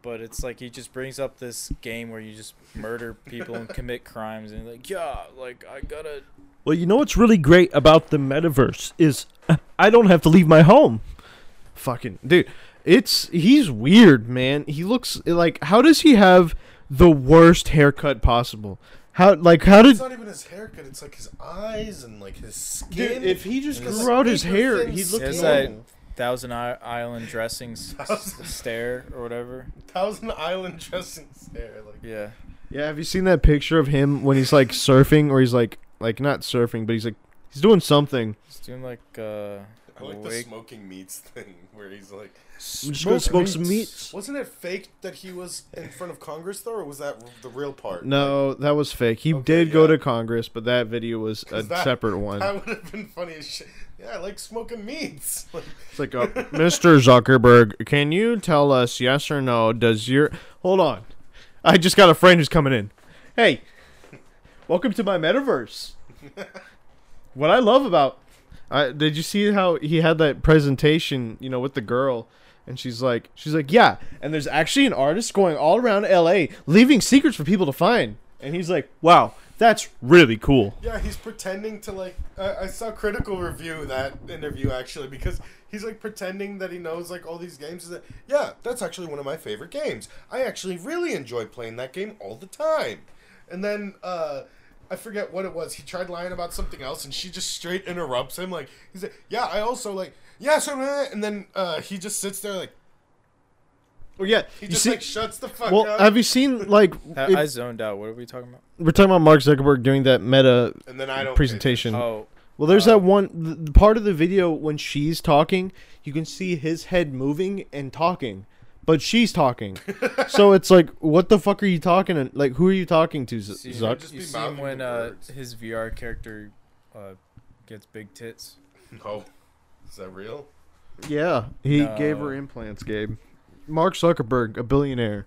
But it's like he just brings up this game where you just murder people and commit crimes, and like, yeah, like I gotta.
Well, you know what's really great about the metaverse is uh, I don't have to leave my home.
Fucking dude, it's he's weird, man. He looks like how does he have the worst haircut possible? How like how did
It's not even his haircut. It's like his eyes and like his skin.
Dude, if he just
And it's
grew out
like
his
paper
hair,
thin
he'd look
It's
skin.
that Thousand I- Island dressing s- s- stare or whatever.
Thousand Island dressing hair. Like
Yeah.
Yeah, have you seen that picture of him when he's like surfing or he's like like not surfing, but he's like he's doing something.
He's doing like uh
I like the
wake-
smoking meats thing where he's like,
I'm just gonna smoke some meats.
wasn't it fake that he was in front of Congress though, or was that the real part?
No, that was fake. He
Okay,
did go
yeah.
to Congress, but that video was a
'Cause that-
separate one.
That would have been funny as shit. Yeah, I like smoking meats. Like,
It's like, uh, Mr. Zuckerberg, can you tell us yes or no? Does your hold on? I just got a friend who's coming in. Hey, welcome to my metaverse. what I love about, I did you see how he had that presentation? You know, with the girl, and she's like, she's like, yeah. And there's actually an artist going all around L.A. leaving secrets for people to find. And he's like, wow, that's really cool.
Yeah, he's pretending to like. I, I saw critical review that interview actually because he's like pretending that he knows like all these games. Is that yeah, that's actually one of my favorite games. I actually really enjoy playing that game all the time. And then uh, I forget what it was. He tried lying about something else, and she just straight interrupts him. Like he's like, yeah, I also like yeah. So uh," and then uh, he just sits there like
Well, yeah,
he
you
just
see.
like shuts the fuck
well,
up.
have you seen like
I,
if-
I zoned out. What are we talking about?
we're talking about Mark Zuckerberg doing that meta
and then I don't pay
presentation.
Oh,
well, there's that one the, the part of the video when she's talking, you can see his head moving and talking, but she's talking. so it's like, what the fuck are you talking? And like, who are you talking to, Z-
see,
Zuck?
just
you
be
see him
mouthing the
when uh,
words.
his VR character uh, gets big tits.
attention. Oh, is that real?
yeah, he
No.
gave her implants. Gabe, Mark Zuckerberg, a billionaire,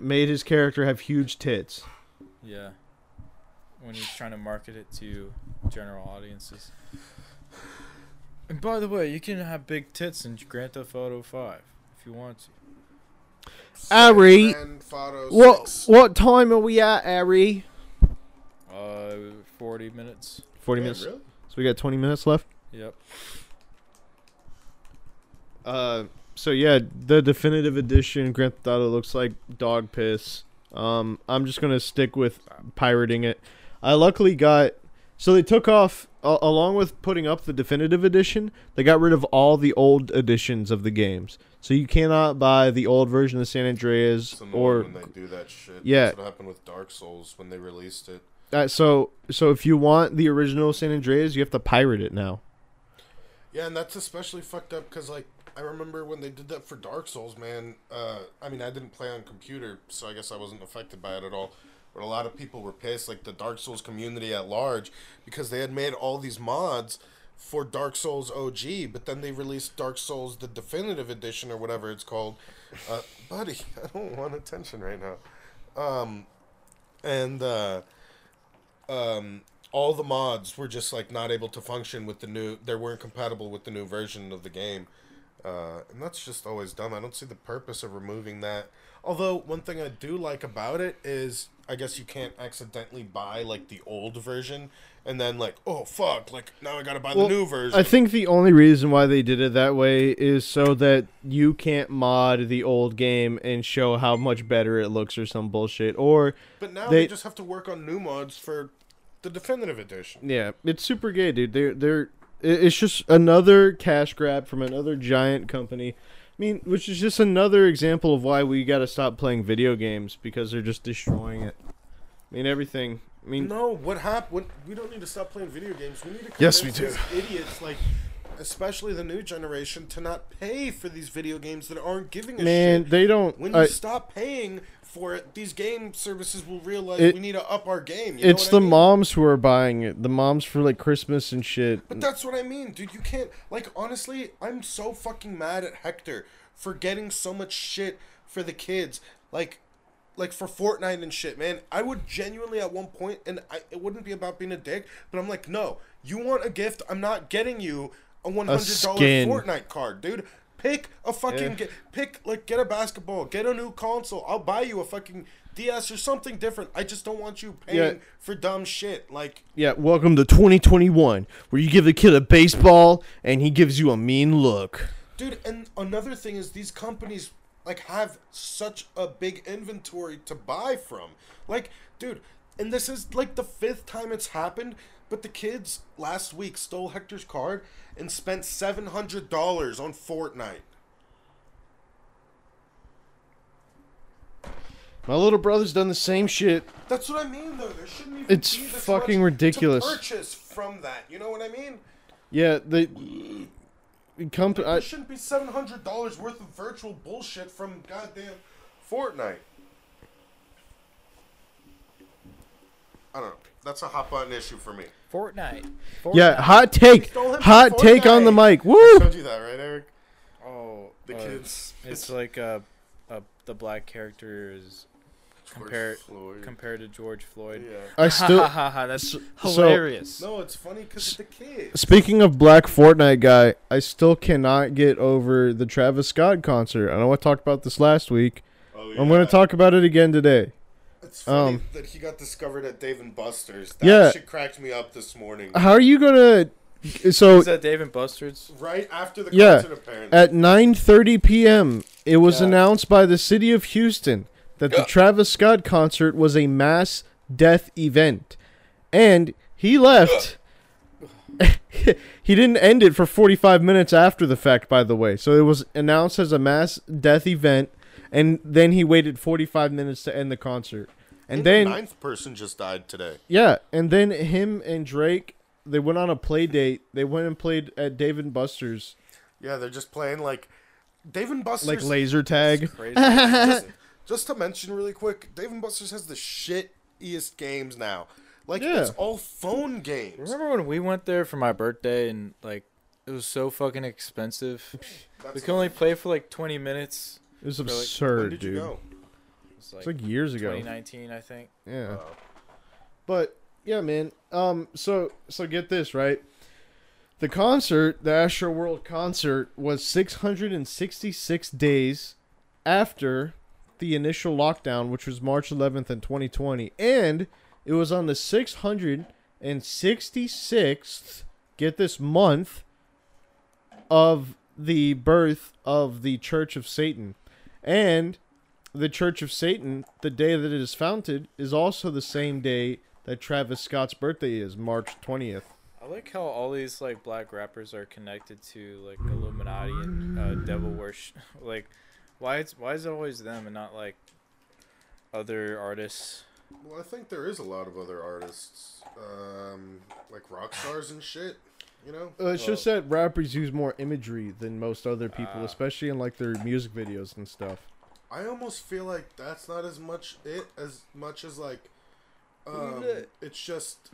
made his character have huge tits.
Yeah. When he's trying to market it to general audiences. And by the way, you can have big tits in Grand Theft Auto 5 if you want to.
Ari,
Grand Photo
what
Six.
what time are we at, Ari?
Uh, 40 minutes.
Forty
Yeah,
minutes.
really?
So we got twenty minutes left.
Yep.
Uh, so yeah, the definitive edition Grand Theft Auto looks like dog piss. Um, I'm just gonna stick with pirating it. I luckily got so they took off a along with putting up the definitive edition. They got rid of all the old editions of the games, so you cannot buy the old version of San Andreas
It's annoying
or
when they do that shit.
yeah.
That's what happened with Dark Souls when they released it.
uh, so. So if you want the original San Andreas, you have to pirate it now.
Yeah, and that's especially fucked up because, like, I remember when they did that for Dark Souls, man. Uh, I mean, I didn't play on computer, so I guess I wasn't affected by it at all. But a lot of people were pissed, like the Dark Souls community at large, because they had made all these mods for Dark Souls OG, but then they released Dark Souls the Definitive Edition or whatever it's called. Uh, buddy, I don't want attention right now. Um, and uh, um, all the mods were just like not able to function with the new. They weren't compatible with the new version of the game, uh, and that's just always dumb. I don't see the purpose of removing that. Although one thing I do like about it is, I guess you can't accidentally buy like the old version and then like, oh fuck, like now I gotta buy
Well,
the new version.
I think the only reason why they did it that way is so that you can't mod the old game and show how much better it looks or some bullshit. Or
but now
they-
they just have to work on new mods for the definitive edition.
yeah, it's super gay, dude. They're they're it- it's just another cash grab from another giant company. I mean, which is just another example of why we got to stop playing video games because they're just destroying it. I mean, everything. I mean,
No, what happened? We don't need to stop playing video games. We need to convince
Yes, we
these idiots, like especially the new generation, to not pay for these video games that aren't giving a
man,
shit.
they don't.
when you
I-
stop paying for it, these game services will realize
It-
we need to up our game. You know
it's
what I
the
mean?
moms who are buying it. The moms for like Christmas and shit.
But that's what I mean, dude. You can't like honestly. I'm so fucking mad at Hector for getting so much shit for the kids, like, like for Fortnite and shit, man. I would genuinely at one point, and I, it wouldn't be about being a dick, but I'm like, no, you want a gift? I'm not getting you a one hundred dollar
skin.
Fortnite card, dude. Pick a fucking ge- pick like get a basketball, get a new console. I'll buy you a fucking DS or something different. I just don't want you paying
Yeah.
for dumb shit like.
Yeah, welcome to 2021, where you give the kid a baseball and he gives you a mean look.
dude and another thing is these companies like have such a big inventory to buy from like dude and this is like the fifth time it's happened but the kids last week stole hector's card and spent $700 on fortnite
My little brother's done the same shit.
that's what i mean though there shouldn't even
It's
be this
fucking
much
ridiculous.
to purchase from that you know what i mean
Yeah, the comp- I,
there shouldn't be $700 worth of virtual bullshit from goddamn Fortnite. I don't know. That's a hot button issue for me.
Fortnite. Fortnite.
yeah, hot take,
Stole him from
hot take on the
Fortnite.
mic. Woo!
I showed you that, right, Eric?
Oh,
The
uh,
kids.
It's like uh, uh, the black character is
George
compared
Floyd.
compared to George Floyd.
yeah.
I
ha
still.
ha ha! That's
so-
hilarious.
No, it's funny because the kids.
Speaking of Black Fortnite guy, I still cannot get over the Travis Scott concert. I know I talked about this last week.
Oh,
I'm going to talk about it again today.
It's funny
um,
that he got discovered at Dave and Buster's. That
Yeah. Uh,
shit cracked me up this morning.
How are you going to? So
Is that Dave and Buster's?
Right after the
Yeah.
concert, apparently.
At 9:30 p.m., it was
Yeah.
announced by the city of Houston that the Travis Scott concert was a mass death event, and he left. he didn't end it for 45 minutes after the fact, by the way. So it was announced as a mass death event, and then he waited 45 minutes to end the concert. And
the
then
ninth person just died today.
yeah, and then him and Drake, they went on a play date. They went and played at Dave and Buster's,
Yeah, they're just playing like Dave and Buster's.
like laser tag.
Crazy.
just, just to mention really quick, Dave and Buster's has the shittiest games now. Like
Yeah.
it's all phone games.
Remember when we went there for my birthday and like it was so fucking expensive. we could only play for like 20 minutes.
It was
like,
absurd,
When did
dude.
you go?
It's like,
It's like years ago.
2019, I think.
Yeah.
Uh,
But yeah, man. Um. So so get this right. The concert, the Astro World concert, was 666 days after the initial lockdown, which was March 11th in 2020, and it was on the 666th. Get this month of the birth of the Church of Satan, and the Church of Satan, the day that it is founded, is also the same day that Travis Scott's birthday is, March 20th.
I like how all these like black rappers are connected to like Illuminati and uh, devil worship. Like, why it's why is it always them and not like other artists?
Well, I think there is a lot of other artists, um, like rock stars and shit. You know,
Uh, it's just that rappers use more imagery than most other people, especially in like their music videos and stuff.
I almost feel like that's not as much it as much as like, um, it's just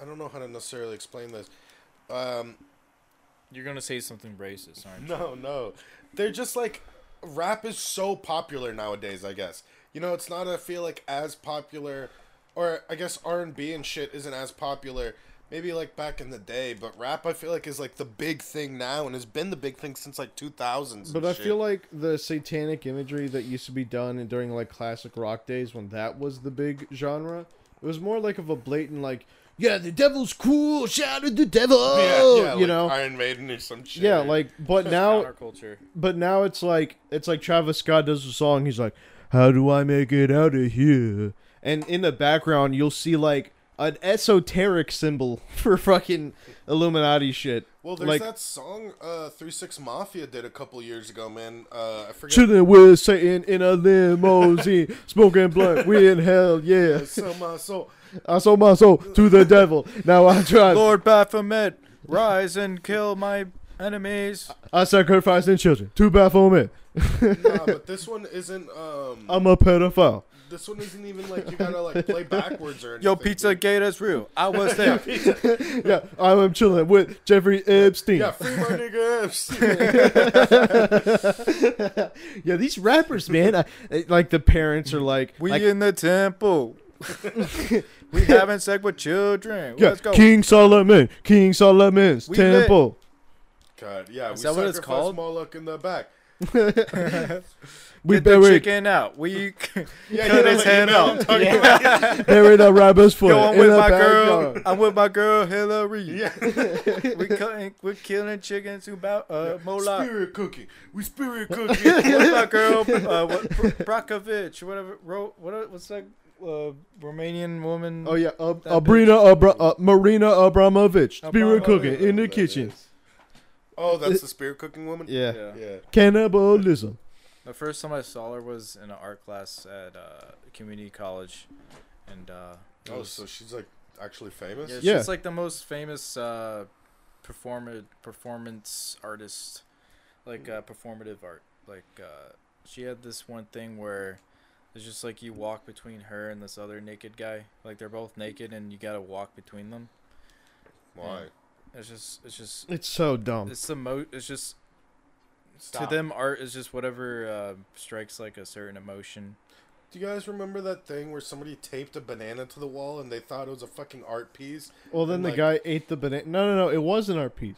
I don't know how to necessarily explain this. Um,
You're gonna say something racist, aren't you?
No, no. They're just like rap is so popular nowadays, I guess. You know, it's not I feel like as popular or I guess R&B and shit isn't as popular maybe like back in the day, but rap I feel like is like the big thing now and has been the big thing since like 2000s.
But I feel like the satanic imagery that used to be done and during like classic rock days when that was the big genre, it was more like of a blatant like, yeah, the devil's cool, shout at the devil, Oh, you know.
Iron Maiden or some shit.
yeah, like but now
Counterculture.
but now it's like it's like Travis Scott does a song, he's like, How do I make it out of here? And in the background you'll see like an esoteric symbol for fucking Illuminati shit.
Well, there's
like,
that song uh 36 Mafia did a couple years ago, man. Uh I forget
Chilling with Satan in a limousine, smoking blunt. We in hell, yeah.
so my soul.
I sold my soul to the devil. Now I try.
Lord Baphomet, rise and kill my enemies.
I sacrificed in children to Baphomet.
Nah, but this one isn't um
I'm a pedophile.
This one isn't even like you gotta like play backwards or anything.
Yo, Pizza Gate is real. I was there.
Yeah, I'm chilling with Jeffrey Epstein.
Yeah,
Yeah,
free my nigga F's.
these rappers, man. I, I- like the parents are like,
We
like,
in the temple. we having sex with children.
yeah,
Let's go.
King Solomon, King Solomon's
We lit.
temple.
God, yeah.
Is
we
that what it's
sacrificed
called?
Moloch in the back.
We
Get the
buried,
chicken out. We cut
Yeah,
his head out.
buried a robber's foot
Yo, I'm
in
with
the
my
backyard.
girl. I'm with my girl Hillary.
Yeah.
we cutting. We're killing chickens who about uh, Moloch.
Spirit cooking. We spirit cooking.
With my girl uh, what, Br- Brockovich, whatever. Ro, what what's that? Uh, Romanian woman.
Oh yeah, uh,
That
Abrina Abra- uh, Marina Abramovich, spirit
Abramovich.
cooking in the kitchen.
oh, that's the spirit cooking woman.
Yeah.
Yeah.
Yeah.
cannibalism.
The first time I saw her was in an art class at uh, community college, and uh, it
Oh,
was-
so she's like actually famous.
yeah, she's
Yeah.
like the most famous uh, performer performance artist, like uh, performative art. Like uh, she had this one thing where it's just like you walk between her and this other naked guy. Like they're both naked, and you gotta walk between them.
Why?
It's just, it's just,
It's so dumb.
it's the mo. It's just
Stop.
to them art is just whatever uh, strikes like a certain emotion.
Do you guys remember that thing where somebody taped a banana to the wall and they thought it was a fucking art piece?
Well, then
And,
the
like-
guy ate the banana. No, no, no. It wasn't our piece.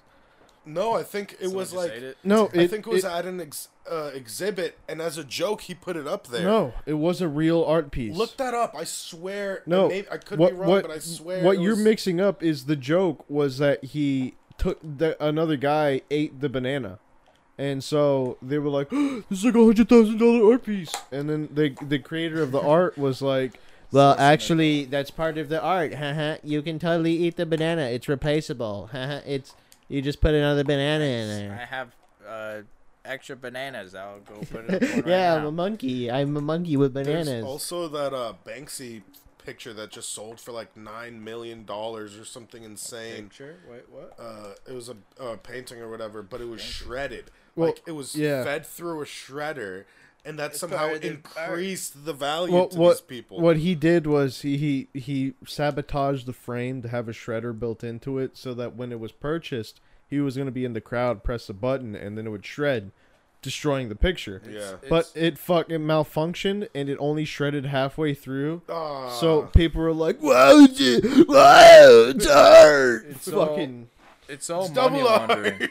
No, I think it
Someone
was
just
like
ate it?
No, it,
I think it was
it-
at an ex- uh, exhibit, and as a joke, he put it up there.
no. It was a real art piece.
Look that up. I swear.
no,
maybe, I could
what,
be wrong,
what,
but I swear.
What
it
you're
was-
mixing up is the joke was that he took the, another guy ate the banana, and so they were like, "This is like a hundred thousand dollar art piece," and then they, the creator of the art was like,
Well, Uh, actually, that's part of the art. Haha. you can totally eat the banana. It's replaceable. Haha. it's you just put another banana in
I
there.
have uh, extra bananas. I'll go put it. up one
Yeah,
right
I'm
now.
a monkey. I'm a monkey with
There's
bananas.
also that uh, Banksy picture that just sold for like nine million dollars or something insane.
picture. Wait, what?
Uh, it was a uh, painting or whatever, but it was shredded.
Well,
like it was
yeah.
fed through a shredder, and that somehow
part of the
increased the value
Well,
to these
what,
people.
what he did was he, he he sabotaged the frame to have a shredder built into it so that when it was purchased, he was going to be in the crowd, press the button, and then it would shred, destroying the picture.
Yeah.
But it fucking malfunctioned and it only shredded halfway through.
Ah,
so people were like, "Wow, dude, wow, it's art!"
It's all-
fucking
it's all
it's
money
double
laundering.
R.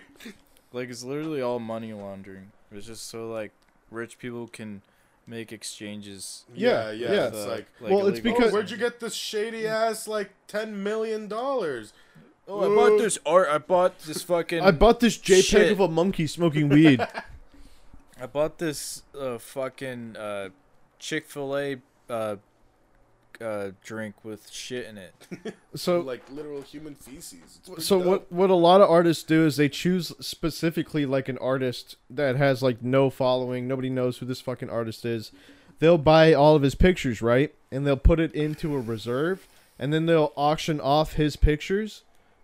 Like it's literally all money laundering. It's just so like rich people can make exchanges.
yeah, yeah,
Yeah, yeah.
It's
with, uh,
like.
Well, it's
illegal-
"Oh,
because-
where'd you get this shady ass like ten million dollars?
Oh, I bought this art. I bought this fucking.
I bought this JPEG
Shit.
of a monkey smoking weed.
I bought this uh, fucking uh, Chick Fil A uh, uh, drink with shit in it.
So
like literal human feces. It's
so
pretty
what
dope.
what a lot of artists do is they choose specifically like an artist that has like no following nobody knows who this fucking artist is they'll buy all of his pictures right and they'll put it into a reserve and then they'll auction off his pictures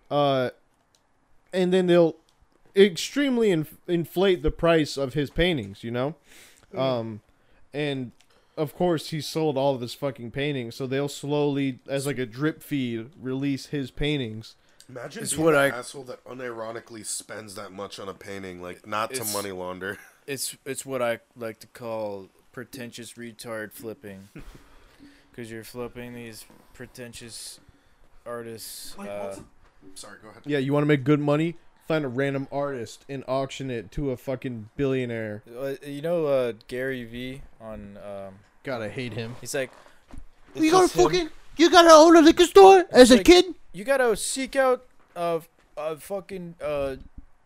uh and then they'll extremely inf- inflate the price of his paintings you know um and of course he sold all of his fucking paintings so they'll slowly as like a drip feed release his paintings
Imagine
It's
being
what
the
I-
asshole that unironically spends that much on a painting, like not to
It's-
money launder.
It's it's what I like to call pretentious retard flipping, because you're flipping these pretentious artists. Uh,
Sorry, go ahead.
Yeah, you want to make good money? Find a random artist and auction it to a fucking billionaire.
uh, you know uh, Gary V on um,
God, I hate him.
he's like
You
it's
gotta
just him-
fucking. You gotta own a liquor store as a
like-
kid.
you gotta seek out uh, f- uh fucking uh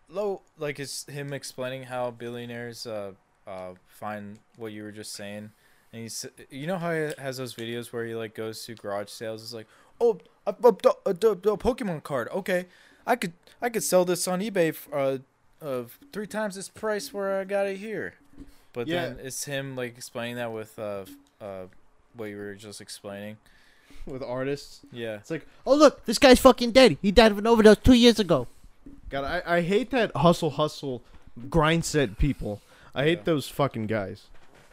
low like it's him explaining how billionaires uh uh find what you were just saying and he's you know how he has those videos where he like goes to garage sales is like oh a, a, a, a, a pokemon card okay i could i could sell this on ebay f- uh of three times its price where i got it here but
Yeah.
then it's him like explaining that with uh f- uh what you were just explaining
With artists.
yeah
It's like,
Oh look, this guy's fucking dead. He died of an overdose two years ago.
God, I, I hate that hustle, hustle, grind set people. I hate
Yeah.
those fucking guys.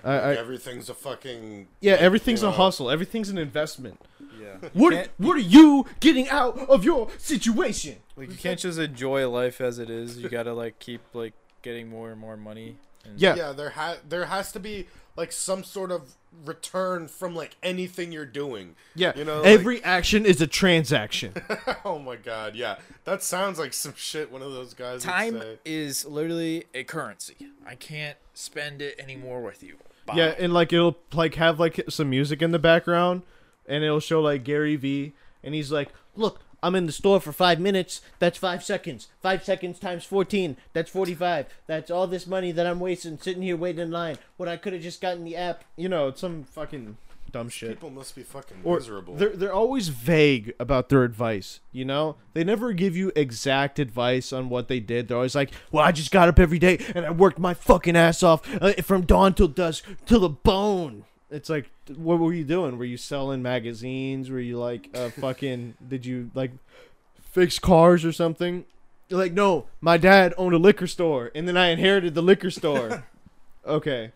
I, I,
Everything's a fucking.
yeah, everything's a
Yeah.
hustle. Everything's an investment.
yeah
What, what are you getting out of your situation?
Like you can't just enjoy life as it is. You gotta like keep like getting more and more money. And
Yeah,
Yeah, there ha- there has to be like some sort of return from like anything you're doing.
yeah.
You know, like-
Every action is a transaction.
oh my god, yeah. That sounds like some shit one of those guys would
time
say.
is literally a currency. I can't spend it anymore with you. Bye.
Yeah, and like it'll like have like some music in the background, and it'll show like Gary V, and he's like,
Look, I'm in the store for five minutes. That's five seconds. Five seconds times 14. That's 45. That's all this money that I'm wasting sitting here waiting in line. When I could have just gotten the app.
you know, it's some fucking dumb shit.
People must be fucking
Or
miserable.
they're they're always vague about their advice. You know, they never give you exact advice on what they did. They're always like,
Well, I just got up every day and I worked my fucking ass off uh, from dawn till dusk till the bone.
it's like, what were you doing? Were you selling magazines? Were you like, uh, fucking, did you like fix cars or something? You're like, no, my dad owned a liquor store, and then I inherited the liquor store. okay.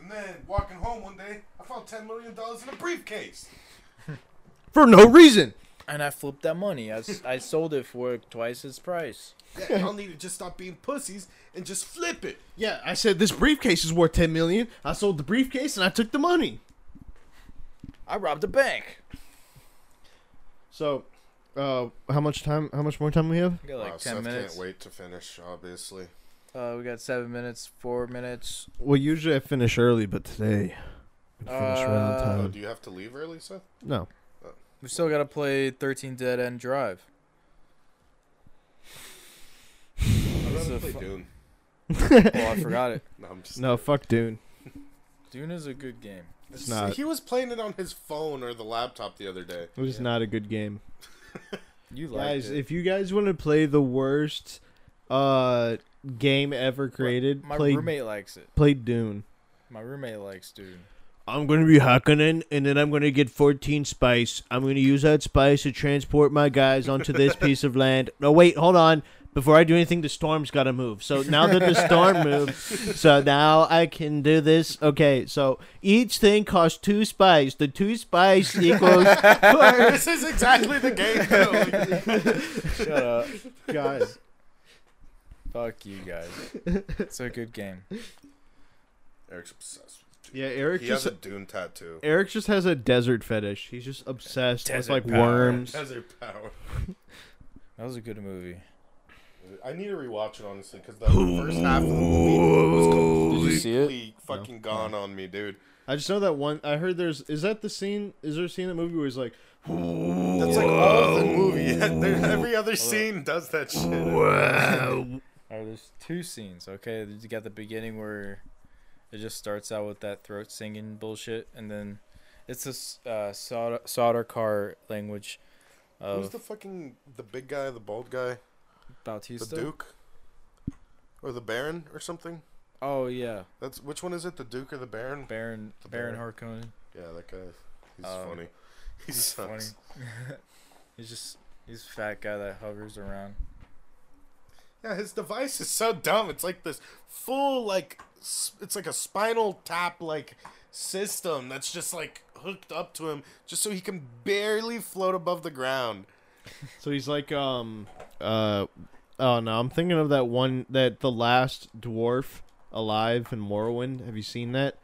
and then walking home one day, I found ten million dollars in a briefcase.
for no reason.
And I flipped that money. I, s- I sold it for twice its price.
Yeah, y'all need to just stop being pussies and just flip it.
Yeah, I said this briefcase is worth ten million. I sold the briefcase and I took the money.
I robbed a bank.
So, uh, how much time? How much more time we have?
We got like
wow,
ten
Seth
minutes.
can't wait to finish. Obviously,
Uh, we got seven minutes, four minutes.
Well, usually I finish early, but today I
finish right
Uh,
on time.
oh, do you have to leave early, Seth?
No,
We still gotta play Thirteen Dead End Drive.
I'd rather
a
play
fu-
Dune.
Oh, I forgot it.
No, I'm just
no, fuck Dune.
Dune is a good game.
It's not.
He was playing it on his phone or the laptop the other day.
It was not a good game,
You liked
guys.
it.
If you guys want to play the worst, uh, game ever created,
My
play
roommate likes it.
play Dune.
My roommate likes Dune.
I'm gonna be Hakkanen, and then I'm gonna get 14 spice. I'm gonna use that spice to transport my guys onto this piece of land. No, wait, hold on. Before I do anything, the storm's gotta move. So now that the storm moves, so now I can do this. Okay, so each thing costs two spice. The two spice equals.
this is exactly the game. Though. Like,
Shut up.
God,
Fuck you guys. It's a good game.
Eric's obsessed. with
yeah, Eric
He
just
has a Dune tattoo.
Eric just has a desert fetish. He's just obsessed with
Desert
like
power.
worms.
Desert power.
That was a good movie.
I need to rewatch it honestly because the first half of the movie was
see it?
completely fucking gone on me, dude.
I just know that one. I heard there's. Is that the scene? Is there a scene in the movie where he's like,
That's like all of the movie. There- Every other scene does that shit.
I All right, there's two scenes. Okay, you got the beginning where it just starts out with that throat singing bullshit, and then it's this uh, solder, solder car language
Who's
of
the fucking the big guy, the bald guy, the
Bautista.
Duke, or the Baron or something?
Oh yeah,
That's which one is it? The Duke or the Baron?
Baron
The
Baron
Baron.
Harkonnen.
Yeah, that guy. He's
Um,
funny. He
He's funny.
sucks.
he's just he's a fat guy that hovers around.
Yeah, his device is so dumb. It's like this full like s- it's like a spinal tap like system that's just like hooked up to him just so he can barely float above the ground.
So he's like, um, uh, oh no, I'm thinking of that one that the last dwarf alive in Morrowind. Have you seen that?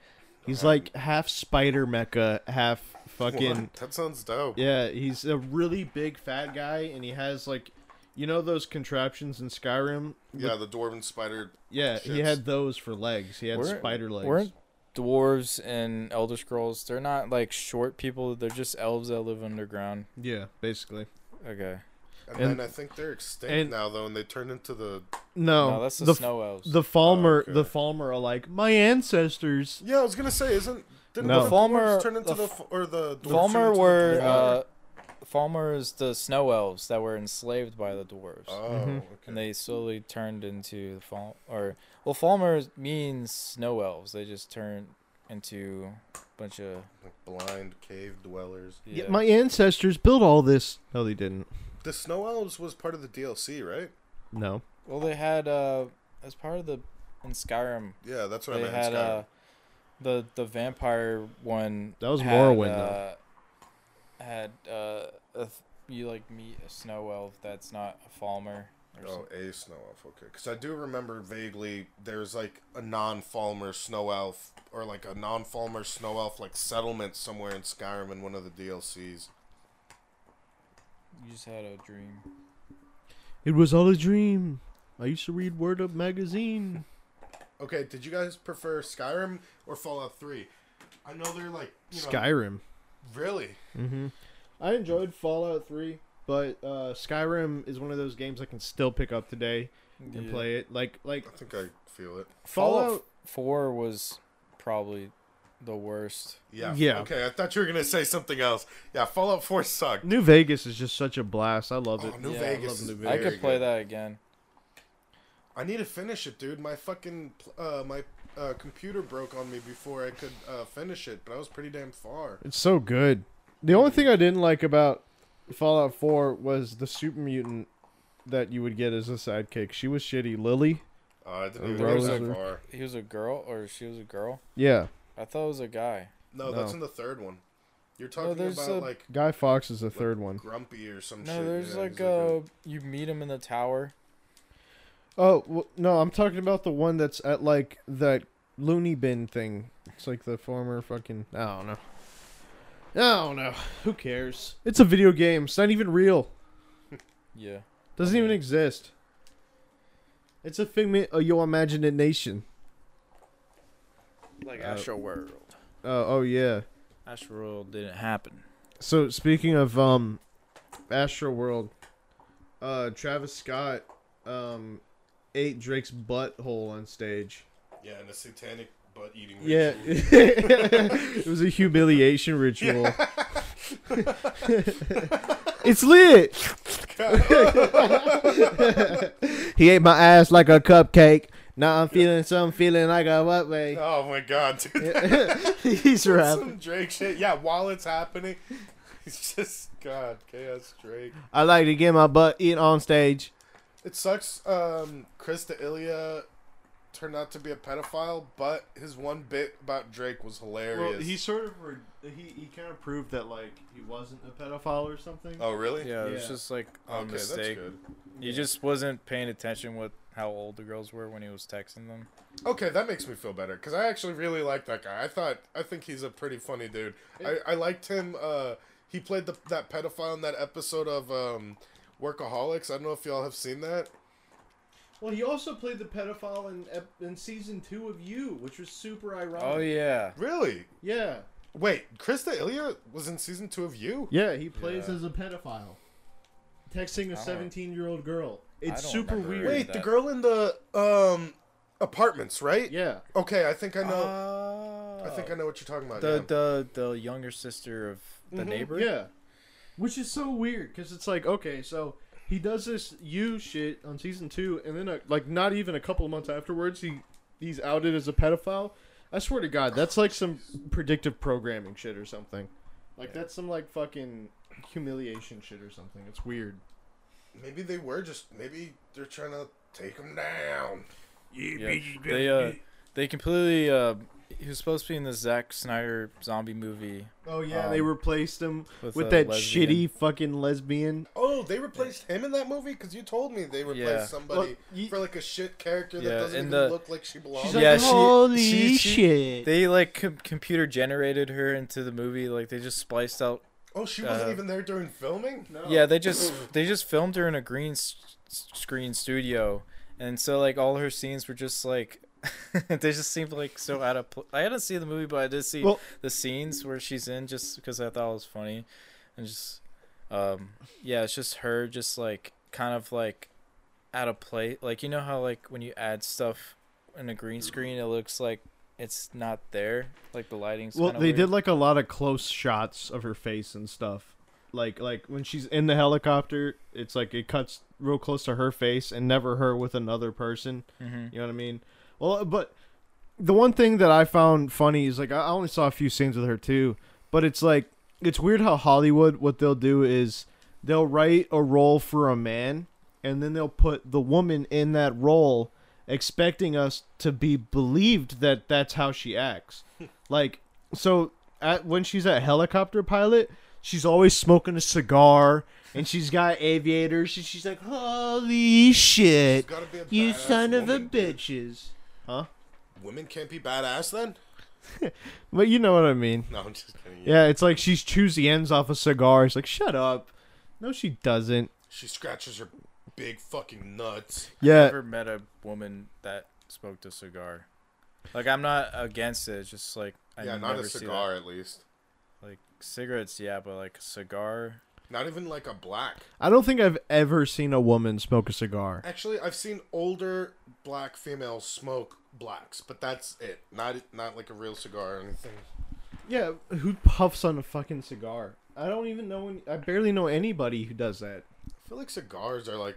He's like half spider mecha, half fucking.
What? That sounds dope.
Yeah, he's a really big fat guy, and he has like, you know, those contraptions in Skyrim.
Yeah, the dwarven spider.
Yeah, he
Shits.
had those for legs. He had
Weren't-
spider legs.
Weren't dwarves and Elder Scrolls? They're not like short people. They're just elves that live underground.
Yeah, basically.
Okay.
And,
And-
then I think they're extinct
and-
now though, and they turned into the
No,
no, that's Um, the,
the f-
snow elves.
the Falmer,
okay.
the Falmer are like my ancestors.
Yeah, I was gonna say, isn't didn't
No.
the
The Falmer-
dwarves turn into
the
the,
f-
f or the dwarves turn
Falmer
into
were
the-
uh, Falmer is the snow elves that were enslaved by the dwarves,
Oh,
and
okay.
they slowly turned into the Fal or well, Falmer means snow elves. They just turned into a bunch of
Like blind cave dwellers.
yeah.
My ancestors built all this. No, they didn't.
The snow elves was part of the DLC, right?
No.
well, they had uh, as part of the in Skyrim,
Yeah, that's what
they
I meant.
had
Skyrim.
uh, the the vampire one.
That was
had,
Morrowind,
Uh,
though.
had uh, a th- you like meet a snow elf that's not a Falmer. Or
Oh,
something.
a snow elf. Okay, because I do remember vaguely there's like a non-Falmer snow elf or like a non-Falmer snow elf like settlement somewhere in Skyrim in one of the DLCs.
You just had a dream.
It was all a dream. I used to read Word Up magazine.
Okay, did you guys prefer Skyrim or Fallout Three? I know they're like you know,
Skyrim.
Really?
I enjoyed Fallout 3, but uh, Skyrim is one of those games I can still pick up today and
Yeah.
play it. Like like
I think I feel it.
Fallout,
Fallout.
Four was probably the worst.
Yeah.
Yeah.
Okay, I thought you were gonna say something else. Yeah, Fallout Four sucked.
New Vegas is just such a blast. I love
Oh,
it.
New
Yeah, I
Vegas.
love
is
New
I
Vegas.
very
could play
good.
that again.
I need to finish it, dude. My fucking pl- uh, my uh, computer broke on me before I could uh, finish it, but I was pretty damn far.
It's so good. The only thing I didn't like about Fallout 4 was the super mutant that you would get as a sidekick. She was shitty. Lily.
Uh, I didn't
Uh,
even
There
go
was
that
a-
far.
He was Oh, a girl, or she was a girl.
Yeah.
I thought it was a guy.
No, that's
No.
in the third one. You're talking
there's
about
a-
like
Guy Fox is the third one.
Grumpy or some
No,
Oh, shit.
there's
yeah,
like
he's a-
uh, you meet him in the tower.
Oh, well, no, I'm talking about the one that's at like that loony bin thing. It's like the former fucking. I don't know. I don't know. Who cares? It's a video game. It's not even real.
Yeah.
Doesn't even exist. It's a figment of your imagination.
Like
Uh,
World.
Uh, oh yeah.
Astro World didn't happen.
So speaking of um, Astro World, uh, Travis Scott um, ate Drake's butthole on stage.
uh,
yeah, and a satanic butt eating.
Yeah,
ritual.
it was a humiliation ritual. it's lit. he ate my ass like a cupcake. Now I'm feeling some feeling like a what way?
Oh my god, dude.
He's rapping.
Some Drake shit. Yeah, while it's happening, it's just God, chaos Drake.
I like to get my butt eaten on stage.
It sucks. Um, Chris D'Elia turned out to be a pedophile, but his one bit about Drake was hilarious.
sort of he he kind of proved that like he wasn't a pedophile or something.
oh really?
Yeah, it was
Yeah.
just like a
Okay, that's
mistake.
good.
He just wasn't paying attention with how old the girls were when he was texting them.
Okay, that makes me feel better because I actually really like that guy. I thought I think he's a pretty funny dude. I, I liked him. Uh, he played the, that pedophile in that episode of um, Workaholics. I don't know if y'all have seen that.
Well, he also played the pedophile in ep- in season two of You, which was super ironic.
Oh yeah.
Really?
yeah,
Wait, Chris D'Elia was in season two of You.
yeah. He plays
Yeah.
as a pedophile, texting a
don't-
seventeen-year-old girl. It's
don't
super
remember.
weird.
Heard
Wait, the
that.
girl in the um apartments, right?
Yeah.
Okay, I think I know.
Oh.
I think I know what you're talking about.
the
yeah.
the the younger sister of the neighbor.
Yeah. Which is so weird because it's like, okay, so he does this you shit on season two, and then uh like not even a couple of months afterwards, he he's outed as a pedophile. I swear to God, that's like some predictive programming shit or something. Like that's some like fucking humiliation shit or something. It's weird.
Maybe they were just. Maybe they're trying to take him down.
Yeah. They uh they completely uh he was supposed to be in the Zack Snyder zombie movie
Oh yeah,
Um,
they replaced him
with,
with
a
that
lesbian.
shitty fucking lesbian.
Oh, they replaced him in that movie because you told me they replaced
Yeah.
somebody
Well, ye-
for like a shit character that
Yeah,
doesn't
and
even
the-
look like she belongs.
She's like,
Yeah, she-
holy
she- she-
shit.
They like com- computer generated her into the movie. Like they just spliced out.
oh, she wasn't
uh,
even there during filming. No.
Yeah, they just they just filmed her in a green s- s- screen studio, and so like all her scenes were just like. they just seemed like so out of. Pl- I didn't see the movie, but I did see
Well-
the scenes where she's in, just because I thought it was funny, and just, um, yeah, it's just her, just like kind of like out of place. Like you know how like when you add stuff in a green screen, it looks like it's not there, like the lighting's.
Well,
kinda
they
weird.
did like a lot of close shots of her face and stuff. Like like when she's in the helicopter, it's like it cuts real close to her face and never her with another person.
Mm-hmm.
You know what I mean? Well, but the one thing that I found funny is like I I only saw a few scenes with her too, but it's like it's weird how Hollywood what they'll do is they'll write a role for a man and then they'll put the woman in that role expecting us to be believed that that's how she acts. Like so at when she's a helicopter pilot, she's always smoking a cigar and she's got aviators. She, she's like, "Holy shit,
Gotta be a
you
badass
son of a
woman, dude.
bitches.
Women can't be badass then?
But you know what I mean.
No, I'm just kidding.
Yeah, it's like she's chews the ends off a cigar. It's like, shut up. No, she doesn't.
She scratches her big fucking nuts.
Yeah,
never met a woman that smoked a cigar. Like I'm not against it. It's just like I
yeah,
never
not a
see that.
cigar at least.
Like cigarettes, yeah, but like a cigar.
Not even like a black.
I don't think I've ever seen a woman smoke a cigar.
Actually, I've seen older black females smoke blacks, but that's it. Not not like a real cigar or anything.
Yeah, who puffs on a fucking cigar? I don't even know. Any, I barely know anybody who does that.
I feel like cigars are like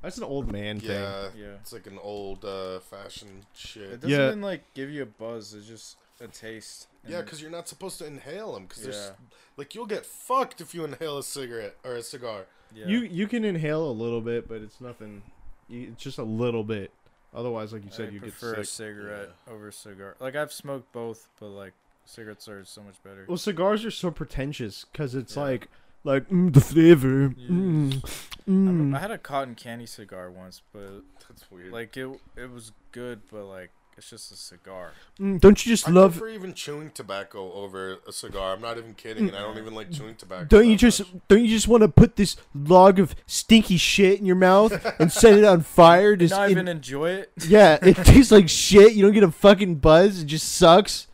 That's an old man thing.
yeah,
Yeah.
it's like an old uh, fashioned
It
shit.
doesn't
Yeah.
even like give you a buzz. It's just a taste.
Yeah,
and-
because you're not supposed to inhale them. Because there's
Yeah.
like you'll get fucked if you inhale a cigarette or a cigar.
yeah.
You you can inhale a little bit, but it's nothing. You, it's just a little bit. Otherwise, like you
I
said, you get
prefer
sick.
a cigarette over a cigar. Like I've smoked both, but like cigarettes are so much better.
Well, cigars are so pretentious because it's
Yeah.
like like mm, the flavor.
Yeah.
Mm,
I,
mm.
rem- I had a cotton candy cigar once, but
That's weird.
like it it was good, but like it's just a cigar.
Mm, don't you just
I
love?
prefer even chewing tobacco over a cigar. I'm not even kidding, and I
Mm.
don't even like chewing tobacco.
Don't you
that
just
much.
don't you just want to put this log of stinky shit in your mouth and set it on fire? Just
Not
in-
even enjoy it. If
yeah, it tastes like shit. You don't get a fucking buzz. It just sucks.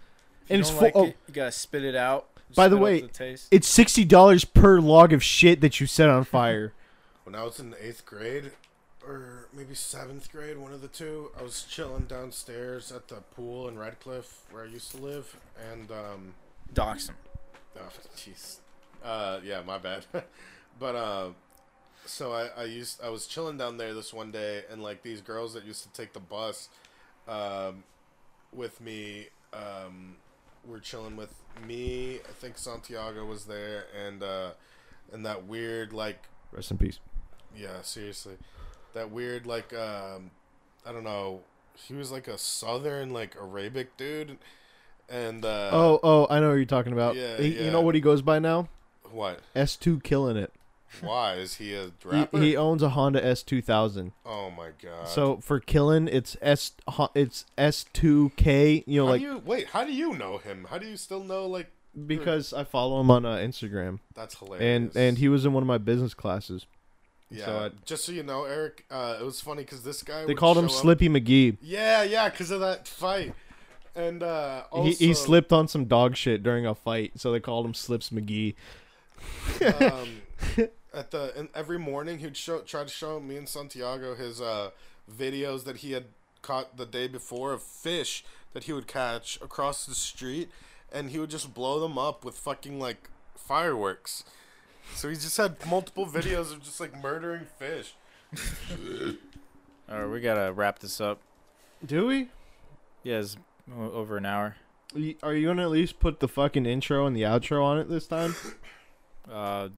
you
And it's
don't
full.
like
oh,
it, you gotta spit it out.
By the
spit out
way,
the taste.
it's sixty dollars per log of shit that you set on fire.
when I was in eighth grade, or maybe seventh grade, one of the two, I was chilling downstairs at the pool in Redcliffe where I used to live, and um,
dox him.
Oh, jeez. Uh, yeah, my bad. but uh, so I, I used I was chilling down there this one day, and like these girls that used to take the bus, um, with me, um, were chilling with me. I think Santiago was there, and uh, and that weird like
Rest in peace.
yeah, seriously. That weird, like, um, I don't know. He was like a southern, like, Arabic dude. And, uh,
Oh, oh, I know what you're talking about.
Yeah,
He- You
yeah.
know what he goes by now?
what?
S2 killing it.
Why? Is he a
He,
rapper?
he owns a Honda S2000.
oh my god.
So for killing, it's S it's S2K. You know,
how
like
do you, wait, how do you know him? How do you still know, like,
because I follow him on uh, Instagram,
that's hilarious.
and and he was in one of my business classes.
yeah,
so I-
just so you know, Eric, uh, it was funny because this guy,
They
would
called him
show up-
Slippy McGee.
Yeah, yeah, because of that fight. And, uh, also,
he, he slipped on some dog shit during a fight, so they called him Slips McGee.
um, at the and every morning he'd show try to show me and Santiago his uh videos that he had caught the day before of fish that he would catch across the street and he would just blow them up with fucking like fireworks. So he just had multiple videos of just like murdering fish.
All right, we gotta wrap this up.
Do we?
Yeah, it's o- over an hour.
Y- Are you gonna at least put the fucking intro and the outro on it this time?
Uh,